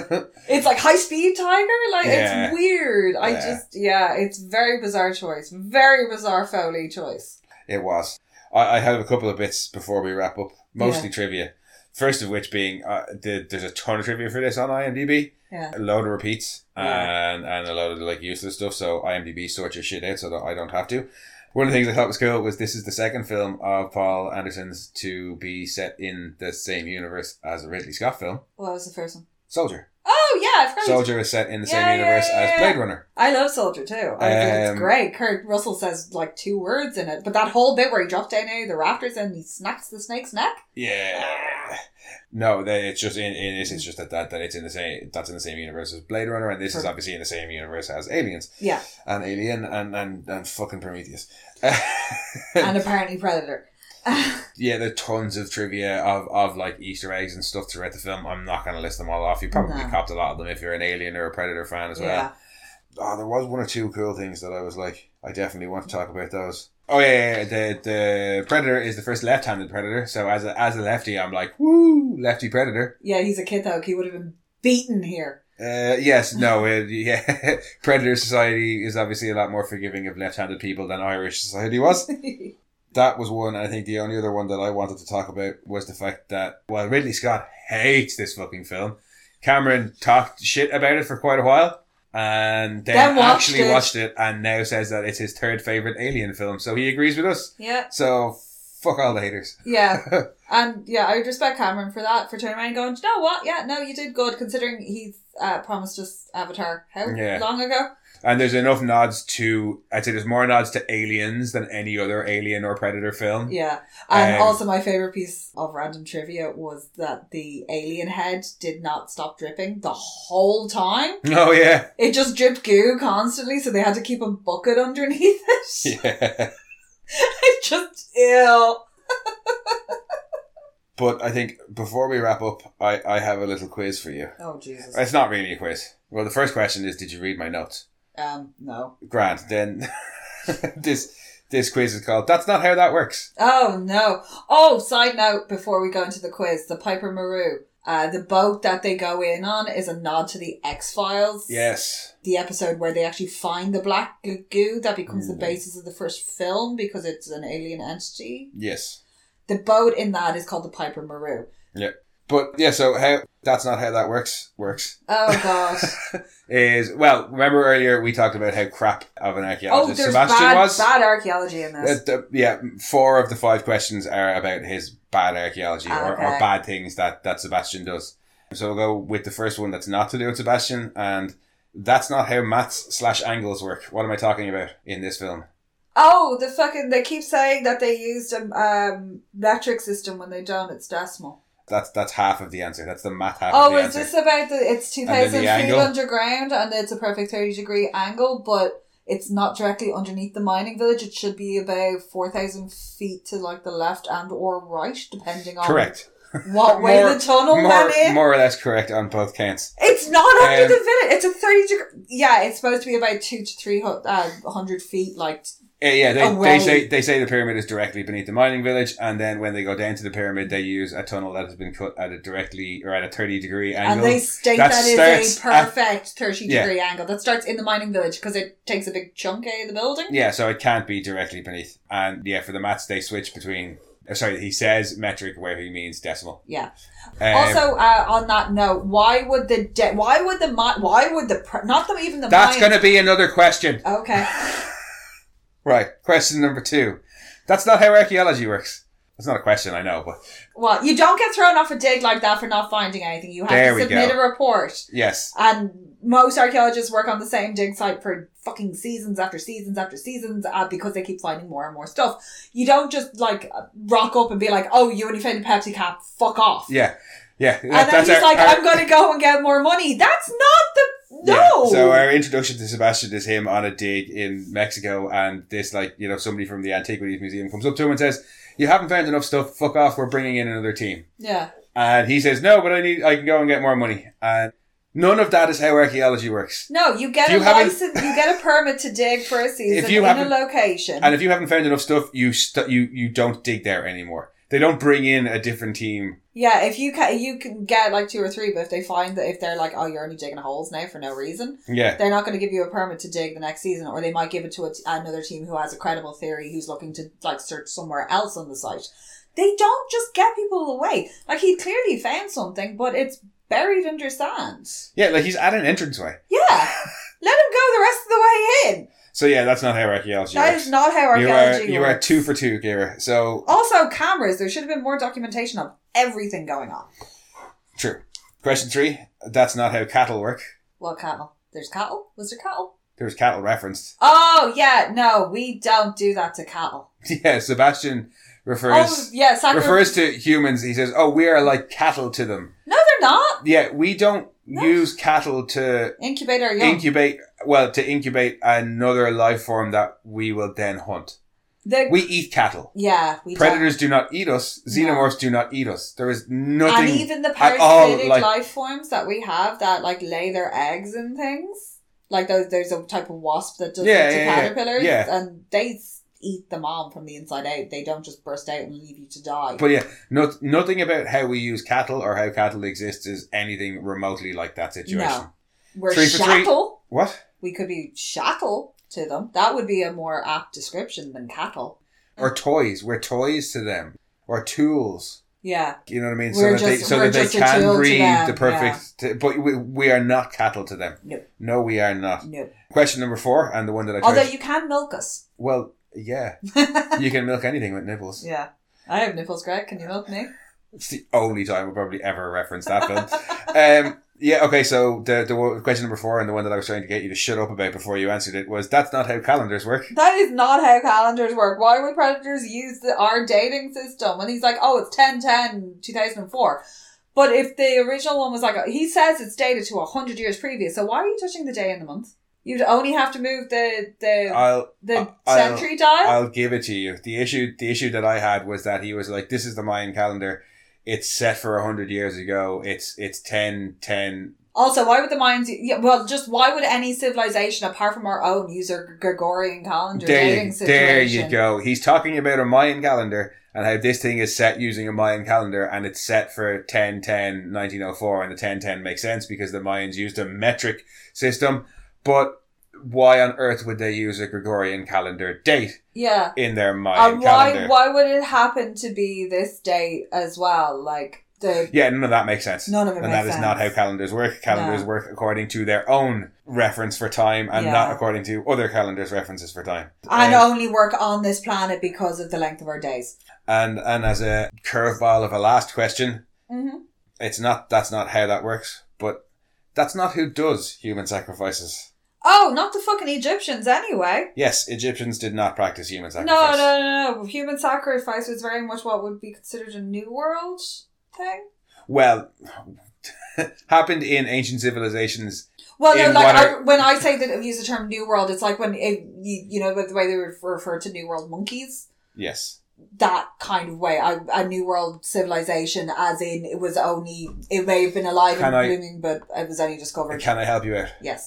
Speaker 2: It's like high speed tiger. Like
Speaker 1: Yeah.
Speaker 2: it's weird. I
Speaker 1: Yeah.
Speaker 2: just yeah, it's very bizarre choice. Very bizarre Foley choice.
Speaker 1: It was. I, I have a couple of bits before we wrap up, mostly trivia. First of which being, uh, the, there's a ton of trivia for this on IMDb.
Speaker 2: Yeah.
Speaker 1: A load of repeats
Speaker 2: Yeah.
Speaker 1: and and a load of like useless stuff. So IMDb sorts your shit out so that I don't have to. One of the things I thought was cool was this is the second film of Paul Anderson's to be set in the same universe as a Ridley Scott film,
Speaker 2: What was the first one?
Speaker 1: Soldier.
Speaker 2: Oh yeah, I forgot.
Speaker 1: Soldier is set in the
Speaker 2: Yeah,
Speaker 1: same universe
Speaker 2: yeah, yeah,
Speaker 1: as
Speaker 2: yeah.
Speaker 1: Blade Runner.
Speaker 2: I love Soldier too. I think
Speaker 1: Um,
Speaker 2: it's great. Kurt Russell says like two words in it, but that whole bit where he drops down out of the rafters and he snacks the snake's neck.
Speaker 1: Yeah. No, they, it's just in, in this. It's just that, that that it's in the same that's in the same universe as Blade Runner, and this is
Speaker 2: Perfect.
Speaker 1: obviously in the same universe as Aliens
Speaker 2: Yeah,
Speaker 1: and Alien and and and fucking Prometheus.
Speaker 2: and apparently Predator.
Speaker 1: yeah, there are tons of trivia of, of like Easter eggs and stuff throughout the film. I'm not going to list them all off. You probably
Speaker 2: No.
Speaker 1: copped a lot of them if you're an Alien or a Predator fan as well.
Speaker 2: Yeah,
Speaker 1: Oh, there was one or two cool things that I was like, I definitely want to talk about those. Oh yeah, yeah, yeah, the the Predator is the first left-handed Predator, so as a as a lefty, I'm like, woo, lefty Predator.
Speaker 2: yeah, he's a kid though. He would have been beaten here.
Speaker 1: Uh, yes, no, uh, yeah. Predator society is obviously a lot more forgiving of left-handed people than Irish society was. That was one. I think the only other one that I wanted to talk about was the fact that well, Ridley Scott hates this fucking film. Cameron talked shit about it for quite a while, and then,
Speaker 2: Then watched
Speaker 1: actually
Speaker 2: it.
Speaker 1: watched it, and now says that it's his third favorite Alien film. So he agrees with us.
Speaker 2: yeah,
Speaker 1: So fuck all the haters.
Speaker 2: yeah, and yeah, I would respect Cameron for that for turning around and going, "Do you know what? Yeah, no, you did good considering he's uh, promised us Avatar how
Speaker 1: Yeah.
Speaker 2: long ago?
Speaker 1: And there's enough nods to I'd say there's more nods to Aliens than any other Alien or Predator film.
Speaker 2: Yeah, and
Speaker 1: Um,
Speaker 2: also my favorite piece of random trivia was that the alien head did not stop dripping the whole time.
Speaker 1: Oh yeah.
Speaker 2: It just dripped goo constantly, so they had to keep a bucket underneath it.
Speaker 1: Yeah.
Speaker 2: It's just ew.
Speaker 1: But I think before we wrap up, I, I have a little quiz for you.
Speaker 2: Oh Jesus.
Speaker 1: It's not really a quiz. Well, the first question is, did you read my notes?
Speaker 2: Um, no.
Speaker 1: Grant, then this this quiz is called That's Not How That Works.
Speaker 2: Oh no. Oh, side note before we go into the quiz, the Piper Maru. Uh, the boat that they go in on is a nod to the X Files.
Speaker 1: Yes.
Speaker 2: The episode where they actually find the black goo- goo that becomes
Speaker 1: Mm.
Speaker 2: the basis of the first film because it's an alien entity.
Speaker 1: Yes.
Speaker 2: The boat in that is called the Piper Maru.
Speaker 1: But yeah, so how that's not how that works works
Speaker 2: Oh gosh.
Speaker 1: is well, remember earlier we talked about how crap of an
Speaker 2: oh,
Speaker 1: archaeologist
Speaker 2: there's
Speaker 1: Sebastian
Speaker 2: bad,
Speaker 1: was.
Speaker 2: bad archaeology in
Speaker 1: Uh,
Speaker 2: this.
Speaker 1: the- yeah, four of the five questions are about his bad archaeology or, or
Speaker 2: Okay.
Speaker 1: bad things that, that Sebastian does. So we'll go with the first one that's not to do with Sebastian, and that's not how maths slash angles work. What am I talking about in this film?
Speaker 2: Oh, the fucking they keep saying that they used a um, metric system when they don't. It's decimal.
Speaker 1: That's that's half of the answer. That's the math half of
Speaker 2: Oh,
Speaker 1: the
Speaker 2: is
Speaker 1: answer.
Speaker 2: this about the? It's two
Speaker 1: And then the
Speaker 2: thousand feet
Speaker 1: angle.
Speaker 2: underground, and it's a perfect thirty degree angle, but it's not directly underneath the mining village. It should be about four thousand feet to like the left and or right, depending on
Speaker 1: correct.
Speaker 2: what way
Speaker 1: More-
Speaker 2: the tunnel
Speaker 1: More,
Speaker 2: went in.
Speaker 1: more or less correct on both counts.
Speaker 2: It's not under
Speaker 1: Um,
Speaker 2: the village. It's a thirty degree. Yeah, it's supposed to be about two to three hu- uh, hundred feet. Like
Speaker 1: Uh, yeah, they, they
Speaker 2: Away.
Speaker 1: say they say the pyramid is directly beneath the mining village, and then when they go down to the pyramid, they use a tunnel that has been cut at a directly or at a thirty degree angle.
Speaker 2: And they state
Speaker 1: That
Speaker 2: that is a
Speaker 1: starts at-
Speaker 2: perfect 30
Speaker 1: Yeah.
Speaker 2: degree angle. That starts in the mining village because it takes a big chunk out of the building.
Speaker 1: Yeah, so it can't be directly beneath. And yeah, for the maths, they switch between. uh, Sorry, he says metric where he means decimal.
Speaker 2: Yeah.
Speaker 1: Um,
Speaker 2: also, uh, on that note, why would the de- why would the mi- why would the pre- not the, even the
Speaker 1: that's
Speaker 2: mine-
Speaker 1: going to be another question.
Speaker 2: okay
Speaker 1: Right, question number two. That's not how archaeology works. That's not a question, I know, but
Speaker 2: Well, you don't get thrown off a dig like that for not finding anything. You have
Speaker 1: There
Speaker 2: to
Speaker 1: we
Speaker 2: submit
Speaker 1: go.
Speaker 2: a report.
Speaker 1: yes,
Speaker 2: And most archaeologists work on the same dig site for fucking seasons after seasons after seasons uh, because they keep finding more and more stuff. You don't just like rock up and be like, oh, you only found a Pepsi cap, fuck off.
Speaker 1: yeah, yeah.
Speaker 2: and then he's like, I'm going to go and get more money. That's not the.
Speaker 1: Yeah.
Speaker 2: No!
Speaker 1: So our introduction to Sebastian is him on a dig in Mexico, and this like you know somebody from the Antiquities Museum comes up to him and says, "You haven't found enough stuff. Fuck off. We're bringing in another team."
Speaker 2: yeah.
Speaker 1: And he says, "No, but I need. I can go and get more money." And none of that is how archaeology works.
Speaker 2: No, you get
Speaker 1: If you
Speaker 2: a
Speaker 1: haven't-
Speaker 2: license, you get a permit to dig for a season
Speaker 1: you
Speaker 2: in a
Speaker 1: haven't-
Speaker 2: location.
Speaker 1: And if you haven't found enough stuff, you st- you you don't dig there anymore. They don't bring in a different team.
Speaker 2: yeah, if you can, you can get like two or three, but if they find that if they're like, oh, you're only digging holes now for no reason,
Speaker 1: Yeah,
Speaker 2: they're not going to give you a permit to dig the next season, or they might give it to a t- another team who has a credible theory who's looking to like search somewhere else on the site. They don't just get people away. Like he clearly found something, but it's buried under sand.
Speaker 1: yeah. Like he's at an entranceway.
Speaker 2: Yeah, let him go the rest of the way in.
Speaker 1: So yeah, that's not how archaeology
Speaker 2: That
Speaker 1: works.
Speaker 2: is not how
Speaker 1: you
Speaker 2: archaeology
Speaker 1: are you
Speaker 2: works.
Speaker 1: are two for two, Gira. So
Speaker 2: Also, cameras. There should have been more documentation of everything going on.
Speaker 1: true. Question three. That's not how cattle work.
Speaker 2: Well, cattle. There's cattle. Was there cattle?
Speaker 1: There's cattle referenced.
Speaker 2: Oh yeah, no, we don't do that to cattle.
Speaker 1: Yeah, Sebastian
Speaker 2: Oh
Speaker 1: refers
Speaker 2: yeah, sacri-
Speaker 1: refers to humans. He says, "Oh, we are like cattle to them."
Speaker 2: No, they're not.
Speaker 1: Yeah, we don't
Speaker 2: No.
Speaker 1: use cattle to
Speaker 2: Incubator are young.
Speaker 1: incubate. Well, to incubate another life form that we will then hunt.
Speaker 2: They-
Speaker 1: We eat cattle.
Speaker 2: yeah, we
Speaker 1: Predators do not eat us.
Speaker 2: No.
Speaker 1: Xenomorphs do not eat us. There is
Speaker 2: Don't. And
Speaker 1: nothing.
Speaker 2: even the
Speaker 1: at all,
Speaker 2: parasitic
Speaker 1: like-
Speaker 2: life forms that we have that like lay their eggs and things. Like those, there's a type of wasp that does
Speaker 1: Yeah,
Speaker 2: it to
Speaker 1: yeah, yeah,
Speaker 2: caterpillars,
Speaker 1: yeah.
Speaker 2: and they s- eat them on from the inside out. They don't just burst out and leave you to die.
Speaker 1: but yeah, no, nothing about how we use cattle or how cattle exists is anything remotely like that situation.
Speaker 2: No. We're
Speaker 1: Three for three.
Speaker 2: shackled.
Speaker 1: What?
Speaker 2: we could be chattel to them. That would be a more apt description than cattle.
Speaker 1: Or toys? We're toys to them. Or tools.
Speaker 2: Yeah.
Speaker 1: You know what I mean?
Speaker 2: We're
Speaker 1: so that they,
Speaker 2: just-
Speaker 1: so
Speaker 2: we're
Speaker 1: that they
Speaker 2: just a tool
Speaker 1: can
Speaker 2: to
Speaker 1: breed
Speaker 2: them,
Speaker 1: the perfect. to- but we, we are not cattle to them.
Speaker 2: No.
Speaker 1: No, we are not.
Speaker 2: No.
Speaker 1: Question number four, and the one that I tried.
Speaker 2: Although you can milk us.
Speaker 1: well, yeah, you can milk anything with nipples.
Speaker 2: Yeah. I have nipples, Greg. Can you milk me?
Speaker 1: It's the only time we'll probably ever reference that film. um, yeah, okay. So the the one- question number four, and the one that I was trying to get you to shut up about before you answered it was that's not how calendars work.
Speaker 2: That is not how calendars work. Why would predators use the, our dating system? And he's like, oh, it's 1010 2004. But if the original one was like, he says it's dated to 100 years previous. So why are you touching the day and the month? You'd only have to move the the,
Speaker 1: I'll
Speaker 2: the
Speaker 1: I'll-
Speaker 2: century dial.
Speaker 1: I'll give it to you. The issue the issue that I had was that he was like, "This is the Mayan calendar. It's set for hundred years ago. It's it's 10, 10,
Speaker 2: Also, why would the Mayans? Yeah, well, just why would any civilization apart from our own use a Gregorian calendar
Speaker 1: There
Speaker 2: dating
Speaker 1: you,
Speaker 2: situation?
Speaker 1: there you go. He's talking about a Mayan calendar and how this thing is set using a Mayan calendar and it's set for 1010 1904 and the 1010 makes sense because the Mayans used a metric system. But why on earth would they use a Gregorian calendar date
Speaker 2: Yeah,
Speaker 1: in their Mayan
Speaker 2: and why
Speaker 1: calendar?
Speaker 2: why would it happen to be this date as well? Like the
Speaker 1: Yeah, none of that makes sense.
Speaker 2: none of it
Speaker 1: and
Speaker 2: makes
Speaker 1: that is
Speaker 2: sense.
Speaker 1: not how calendars work. Calendars
Speaker 2: No.
Speaker 1: work according to their own reference for time and
Speaker 2: Yeah.
Speaker 1: not according to other calendars' references for time.
Speaker 2: and
Speaker 1: Um,
Speaker 2: only work on this planet because of the length of our days.
Speaker 1: and, and as a curveball of a last question,
Speaker 2: Mm-hmm.
Speaker 1: it's not that's not how that works but that's not who does human sacrifices
Speaker 2: Oh, not the fucking Egyptians anyway.
Speaker 1: yes egyptians did not practice human
Speaker 2: No,
Speaker 1: sacrifice
Speaker 2: no, no, no. Human sacrifice was very much what would be considered a New World thing.
Speaker 1: well happened in ancient civilizations
Speaker 2: Well, no,
Speaker 1: in
Speaker 2: like
Speaker 1: what
Speaker 2: I,
Speaker 1: are-
Speaker 2: when I say that use the term New World, it's like when it, you, you know the way they refer, refer to New World monkeys.
Speaker 1: yes
Speaker 2: That kind of way, I, a New World civilization, as in it was only it may have been alive
Speaker 1: Can
Speaker 2: and
Speaker 1: I-
Speaker 2: blooming, but it was only discovered.
Speaker 1: can i help you out
Speaker 2: Yes,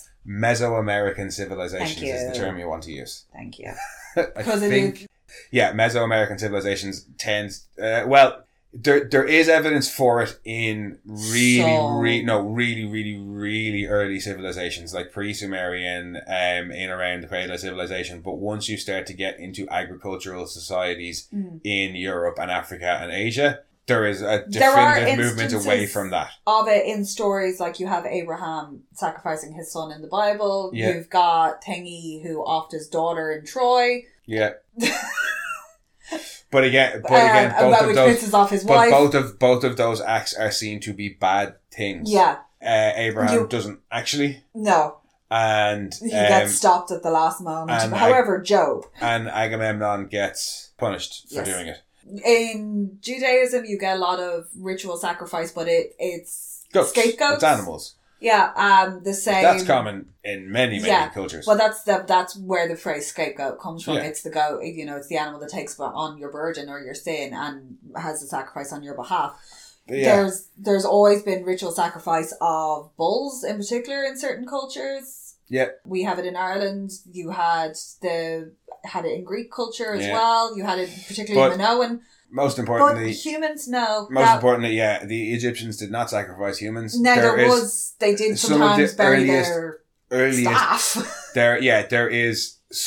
Speaker 1: mesoamerican civilizations
Speaker 2: Thank
Speaker 1: is the
Speaker 2: you.
Speaker 1: term you want to use
Speaker 2: thank you.
Speaker 1: i
Speaker 2: Because it
Speaker 1: think
Speaker 2: is
Speaker 1: yeah mesoamerican civilizations tend uh, well there, there is evidence for it in really
Speaker 2: So-
Speaker 1: re- no really really really early civilizations like pre-sumerian um, in around the Kaila civilization but once you start to get into agricultural societies
Speaker 2: Mm.
Speaker 1: in europe and africa and asia there is a
Speaker 2: There are
Speaker 1: definitive movement away
Speaker 2: instances-
Speaker 1: from that
Speaker 2: of it in stories like you have Abraham sacrificing his son in the Bible.
Speaker 1: Yeah.
Speaker 2: You've got Thingy who offed his daughter in Troy.
Speaker 1: yeah But again, but again,
Speaker 2: um,
Speaker 1: both
Speaker 2: about
Speaker 1: of
Speaker 2: which
Speaker 1: those,
Speaker 2: pisses off his
Speaker 1: but
Speaker 2: wife.
Speaker 1: both of both of those acts are seen to be bad things.
Speaker 2: yeah,
Speaker 1: uh, Abraham
Speaker 2: You-
Speaker 1: doesn't actually,
Speaker 2: no,
Speaker 1: and
Speaker 2: he
Speaker 1: um,
Speaker 2: gets stopped at the last moment.
Speaker 1: and I-
Speaker 2: However, Job
Speaker 1: and Agamemnon gets punished for
Speaker 2: Yes.
Speaker 1: doing it.
Speaker 2: in Judaism, you get a lot of ritual sacrifice, but it it's
Speaker 1: Goats,
Speaker 2: scapegoats.
Speaker 1: it's animals.
Speaker 2: Yeah, um, the same.
Speaker 1: That's common in many many
Speaker 2: Yeah.
Speaker 1: cultures.
Speaker 2: Well, that's the that's where the phrase scapegoat comes from.
Speaker 1: Yeah.
Speaker 2: It's the goat, you know, it's the animal that takes on your burden or your sin and has a sacrifice on your behalf.
Speaker 1: But yeah,
Speaker 2: There's there's always been ritual sacrifice of bulls, in particular, in certain cultures.
Speaker 1: Yeah.
Speaker 2: we have it in Ireland. You had the had it in Greek culture as
Speaker 1: Yeah.
Speaker 2: well. You had it particularly
Speaker 1: But-
Speaker 2: in Minoan,
Speaker 1: most
Speaker 2: but
Speaker 1: importantly,
Speaker 2: humans no.
Speaker 1: most
Speaker 2: that-
Speaker 1: importantly, yeah, the Egyptians did not sacrifice humans.
Speaker 2: no, there,
Speaker 1: is
Speaker 2: was they did
Speaker 1: some of the
Speaker 2: sometimes bury
Speaker 1: earliest-
Speaker 2: their
Speaker 1: earliest
Speaker 2: staff.
Speaker 1: There, yeah, there is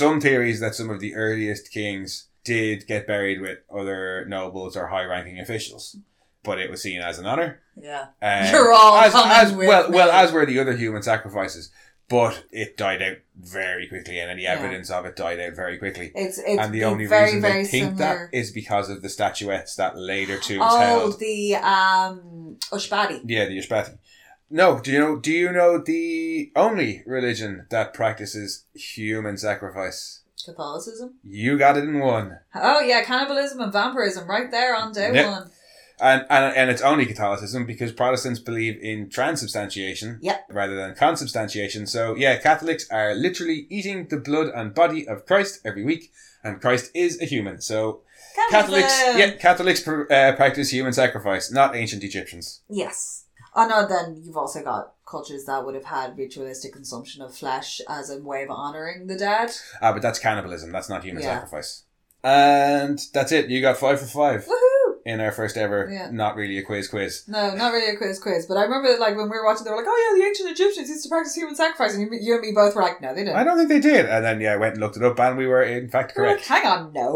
Speaker 1: some theories that some of the earliest kings did get buried with other nobles or high-ranking officials, but it was seen as an honor.
Speaker 2: yeah,
Speaker 1: Um,
Speaker 2: You're all
Speaker 1: as,
Speaker 2: coming
Speaker 1: as
Speaker 2: with
Speaker 1: well,
Speaker 2: me.
Speaker 1: well as were the other human sacrifices, but it died out very quickly, and any
Speaker 2: Yeah.
Speaker 1: evidence of it died out very quickly.
Speaker 2: it's it's
Speaker 1: and
Speaker 2: be
Speaker 1: the only
Speaker 2: very
Speaker 1: reason
Speaker 2: very
Speaker 1: they think
Speaker 2: similar.
Speaker 1: that is because of the statuettes that later tombs
Speaker 2: Oh,
Speaker 1: held.
Speaker 2: the um Ushbadi.
Speaker 1: Yeah, the Ushpati. No, do you know? Do you know the only religion that practices human sacrifice?
Speaker 2: Catholicism.
Speaker 1: You got it in one.
Speaker 2: Oh yeah, cannibalism and vampirism right there on day
Speaker 1: Yep.
Speaker 2: one.
Speaker 1: And, and and it's only Catholicism because Protestants believe in transubstantiation
Speaker 2: Yep.
Speaker 1: rather than consubstantiation. So yeah, Catholics are literally eating the blood and body of Christ every week, and Christ is a human. So Catholics,
Speaker 2: Cannibalism.
Speaker 1: yeah, Catholics pr- uh, practice human sacrifice, not ancient Egyptians.
Speaker 2: Yes. Oh no, then you've also got cultures that would have had ritualistic consumption of flesh as a way of honouring the dead.
Speaker 1: Ah, but that's cannibalism. That's not human
Speaker 2: Yeah.
Speaker 1: sacrifice. And that's it. You got five for five
Speaker 2: Woohoo!
Speaker 1: in our first ever,
Speaker 2: Yeah.
Speaker 1: not really a quiz quiz.
Speaker 2: No, not really a quiz quiz, but I remember like when we were watching, they were like, "Oh yeah, the ancient Egyptians used to practice human sacrifice," and you, you and me both were like, "No, they didn't."
Speaker 1: I don't think they did. And then yeah, I went and looked it up, and we were in fact
Speaker 2: We were
Speaker 1: correct.
Speaker 2: like, Hang on, no.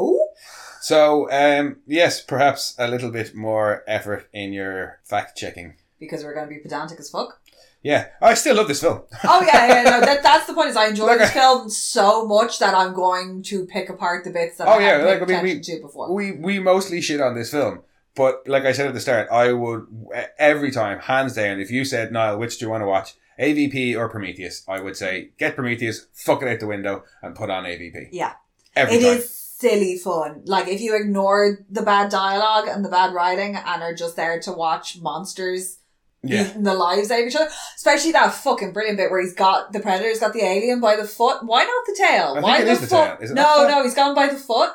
Speaker 1: So, um, yes, perhaps a little bit more effort in your fact checking.
Speaker 2: Because we're going to be pedantic as fuck.
Speaker 1: Yeah, I still love this film.
Speaker 2: Oh yeah, yeah, no, that, that's the point. Is I enjoy
Speaker 1: Like
Speaker 2: this
Speaker 1: I-
Speaker 2: film so much that I'm going to pick apart the bits that
Speaker 1: Oh,
Speaker 2: I
Speaker 1: yeah,
Speaker 2: haven't
Speaker 1: like,
Speaker 2: paid
Speaker 1: I mean,
Speaker 2: attention to before.
Speaker 1: We we mostly shit on this film, but like I said at the start, I would e, every time, hands down, if you said Niall, which do you want to watch, AVP or Prometheus, I would say get Prometheus, fuck it out the window, and put on AVP.
Speaker 2: Yeah.
Speaker 1: every
Speaker 2: It
Speaker 1: time.
Speaker 2: is silly fun. Like if you ignore the bad dialogue and the bad writing and are just there to watch monsters
Speaker 1: Yeah,
Speaker 2: eating the lives out of each other, especially that fucking brilliant bit where he's got the predator's got the alien by the foot. Why not the tail?
Speaker 1: I
Speaker 2: Why
Speaker 1: think it is the
Speaker 2: foot?
Speaker 1: tail. Is it not
Speaker 2: no,
Speaker 1: the tail?
Speaker 2: no, he's gone by the foot.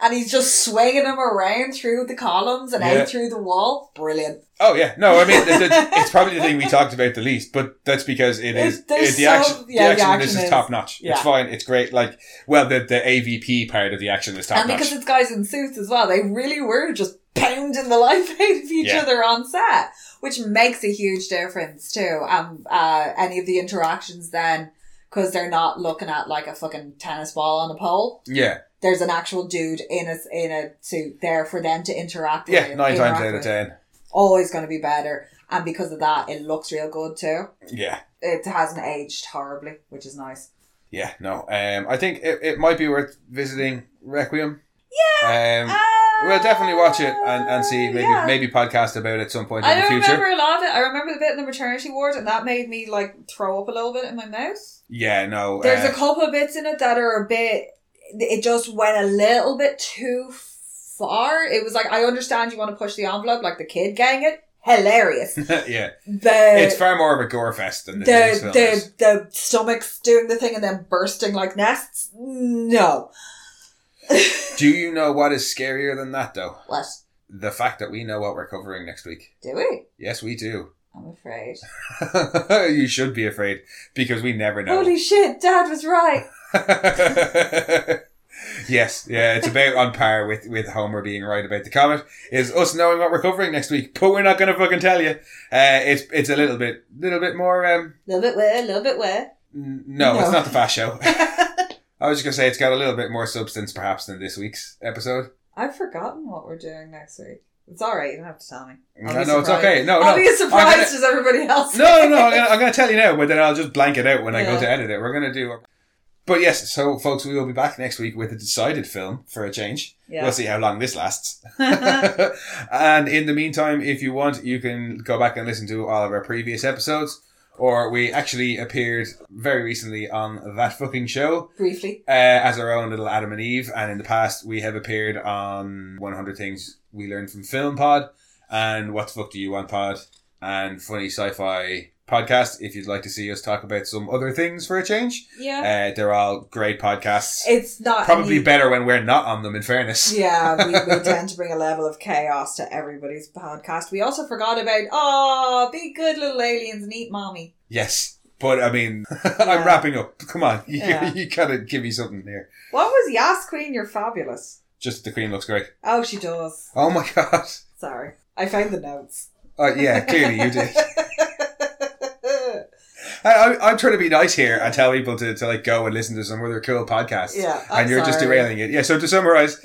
Speaker 2: And he's just swinging him around through the columns and
Speaker 1: Yeah.
Speaker 2: out through the wall. Brilliant.
Speaker 1: Oh yeah, no, I mean the, the, it's probably the thing we talked about the least, but that's because it is
Speaker 2: It's- there's
Speaker 1: it- the
Speaker 2: so-
Speaker 1: action.
Speaker 2: yeah,
Speaker 1: the
Speaker 2: the
Speaker 1: action, in this
Speaker 2: action
Speaker 1: is,
Speaker 2: is-
Speaker 1: top notch.
Speaker 2: yeah.
Speaker 1: It's fine. It's great. Like, well, the the AVP part of the action is top
Speaker 2: and because
Speaker 1: notch.
Speaker 2: it's guys in suits as well, they really were just pounding the life out of each
Speaker 1: Yeah.
Speaker 2: other on set, which makes a huge difference too. Um, uh, any of the interactions then, because they're not looking at like a fucking tennis ball on a pole.
Speaker 1: Yeah,
Speaker 2: There's an actual dude in a in a suit there for them to interact.
Speaker 1: yeah,
Speaker 2: with,
Speaker 1: nine times
Speaker 2: interact
Speaker 1: out of
Speaker 2: with.
Speaker 1: ten.
Speaker 2: always going to be better. And because of that, it looks real good too.
Speaker 1: Yeah,
Speaker 2: It hasn't aged horribly, which is nice.
Speaker 1: yeah, no. Um, I think it, it might be worth visiting Requiem. Yeah. Um, we'll definitely watch it and, and see maybe
Speaker 2: Uh, Yeah.
Speaker 1: maybe podcast about it at some point
Speaker 2: I
Speaker 1: in the
Speaker 2: don't
Speaker 1: future.
Speaker 2: remember a lot of it. I remember the bit in the maternity ward, and that made me like throw up a little bit in my mouth.
Speaker 1: Yeah, no.
Speaker 2: There's
Speaker 1: uh,
Speaker 2: a couple of bits in it that are a bit. It just went a little bit too far. It was like I understand you want to push the envelope, like the kid gang it. Hilarious.
Speaker 1: yeah,
Speaker 2: The
Speaker 1: it's far more of a gore fest than
Speaker 2: Uh, the
Speaker 1: this, this film is.
Speaker 2: the the stomachs doing the thing and then bursting like nests. No,
Speaker 1: Do you know what is scarier than that though?
Speaker 2: what
Speaker 1: The fact that we know what we're covering next week.
Speaker 2: do we?
Speaker 1: Yes, we do.
Speaker 2: I'm afraid.
Speaker 1: you should be afraid because we never know.
Speaker 2: Holy shit! Dad was right.
Speaker 1: yes, yeah, it's about on par with with Homer being right about the comet. Is us knowing what we're covering next week, but we're not going to fucking tell you. Uh, it's it's a little bit little bit more. Um,
Speaker 2: Little bit where, little bit where.
Speaker 1: n- no,
Speaker 2: No.
Speaker 1: it's not the fast show. I was just gonna say it's got a little bit more substance perhaps than this week's episode.
Speaker 2: I've forgotten what we're doing next week. It's all right. You don't have to tell me.
Speaker 1: No,
Speaker 2: I'll
Speaker 1: no,
Speaker 2: be
Speaker 1: it's
Speaker 2: surprised.
Speaker 1: okay. No,
Speaker 2: I'll
Speaker 1: Oh, no.
Speaker 2: be as surprised
Speaker 1: gonna-
Speaker 2: as everybody else.
Speaker 1: No, no, no, I'm gonna, I'm gonna tell you now, but then I'll just blank it out when I go
Speaker 2: Yeah.
Speaker 1: to edit it. We're gonna do But yes, so folks, we will be back next week with a decided film for a change.
Speaker 2: Yeah.
Speaker 1: We'll see how long this lasts. and in the meantime, if you want, you can go back and listen to all of our previous episodes. Or we actually appeared very recently on that fucking show
Speaker 2: Briefly.
Speaker 1: uh, as our own little Adam and Eve. And in the past, we have appeared on 100 Things We Learned from Film Pod and What the Fuck Do You Want Pod and Funny Sci Fi Podcast. If you'd like to see us talk about some other things for a change,
Speaker 2: Yeah.
Speaker 1: uh, they're all great podcasts.
Speaker 2: it's not
Speaker 1: Probably
Speaker 2: any-
Speaker 1: better when we're not on them, in fairness.
Speaker 2: Yeah, we, we tend to bring a level of chaos to everybody's podcast. We also forgot about, oh, be good little aliens and eat mommy.
Speaker 1: Yes. But I mean,
Speaker 2: Yeah.
Speaker 1: I'm wrapping up. Come on. You,
Speaker 2: Yeah.
Speaker 1: you gotta give me something here.
Speaker 2: What was Yas Queen? You're fabulous.
Speaker 1: Just the Queen looks great.
Speaker 2: Oh, she does.
Speaker 1: Oh my God.
Speaker 2: Sorry. I found the notes.
Speaker 1: Oh, yeah, clearly you did. I, I, I'm trying to be nice here and tell people to, to like go and listen to some other cool podcasts.
Speaker 2: yeah. I'm
Speaker 1: and you're just
Speaker 2: sorry.
Speaker 1: derailing it. Yeah, so to summarize,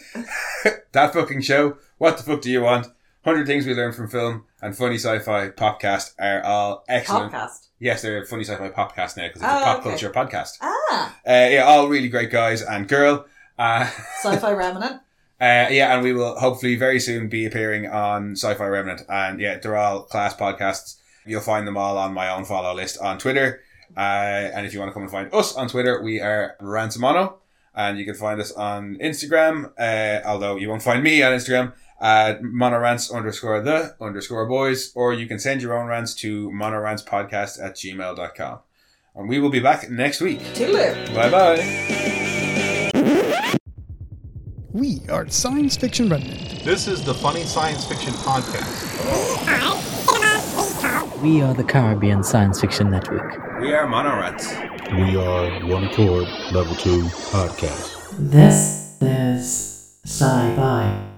Speaker 1: that fucking show, What the Fuck Do You Want? 100 Things We Learned from Film and Funny Sci Fi Podcast are all excellent.
Speaker 2: Podcast.
Speaker 1: Yes, they're a Funny Sci Fi Podcast now because it's a
Speaker 2: Oh,
Speaker 1: pop
Speaker 2: okay.
Speaker 1: culture podcast.
Speaker 2: Ah,
Speaker 1: Uh, yeah, all really great guys and girl. Uh,
Speaker 2: sci fi remnant.
Speaker 1: Uh, yeah, and we will hopefully very soon be appearing on Sci-Fi Remnant, and yeah, they're all class podcasts. You'll find them all on my own follow list on Twitter. Uh, and if you want to come and find us on Twitter, we are Ransomono, and you can find us on Instagram. Uh, although you won't find me on Instagram at monorants underscore the underscore boys, or you can send your own rants to monorantspodcast at gmail.com. And we will be back next week.
Speaker 2: Toodaloo.
Speaker 1: Bye bye.
Speaker 3: We are Science Fiction Remnant.
Speaker 4: This is the Funny Science Fiction Podcast.
Speaker 5: We are the Caribbean Science Fiction Network.
Speaker 1: We are Monorants.
Speaker 4: We are One Accord Level 2 Podcast.
Speaker 6: This is sci fi.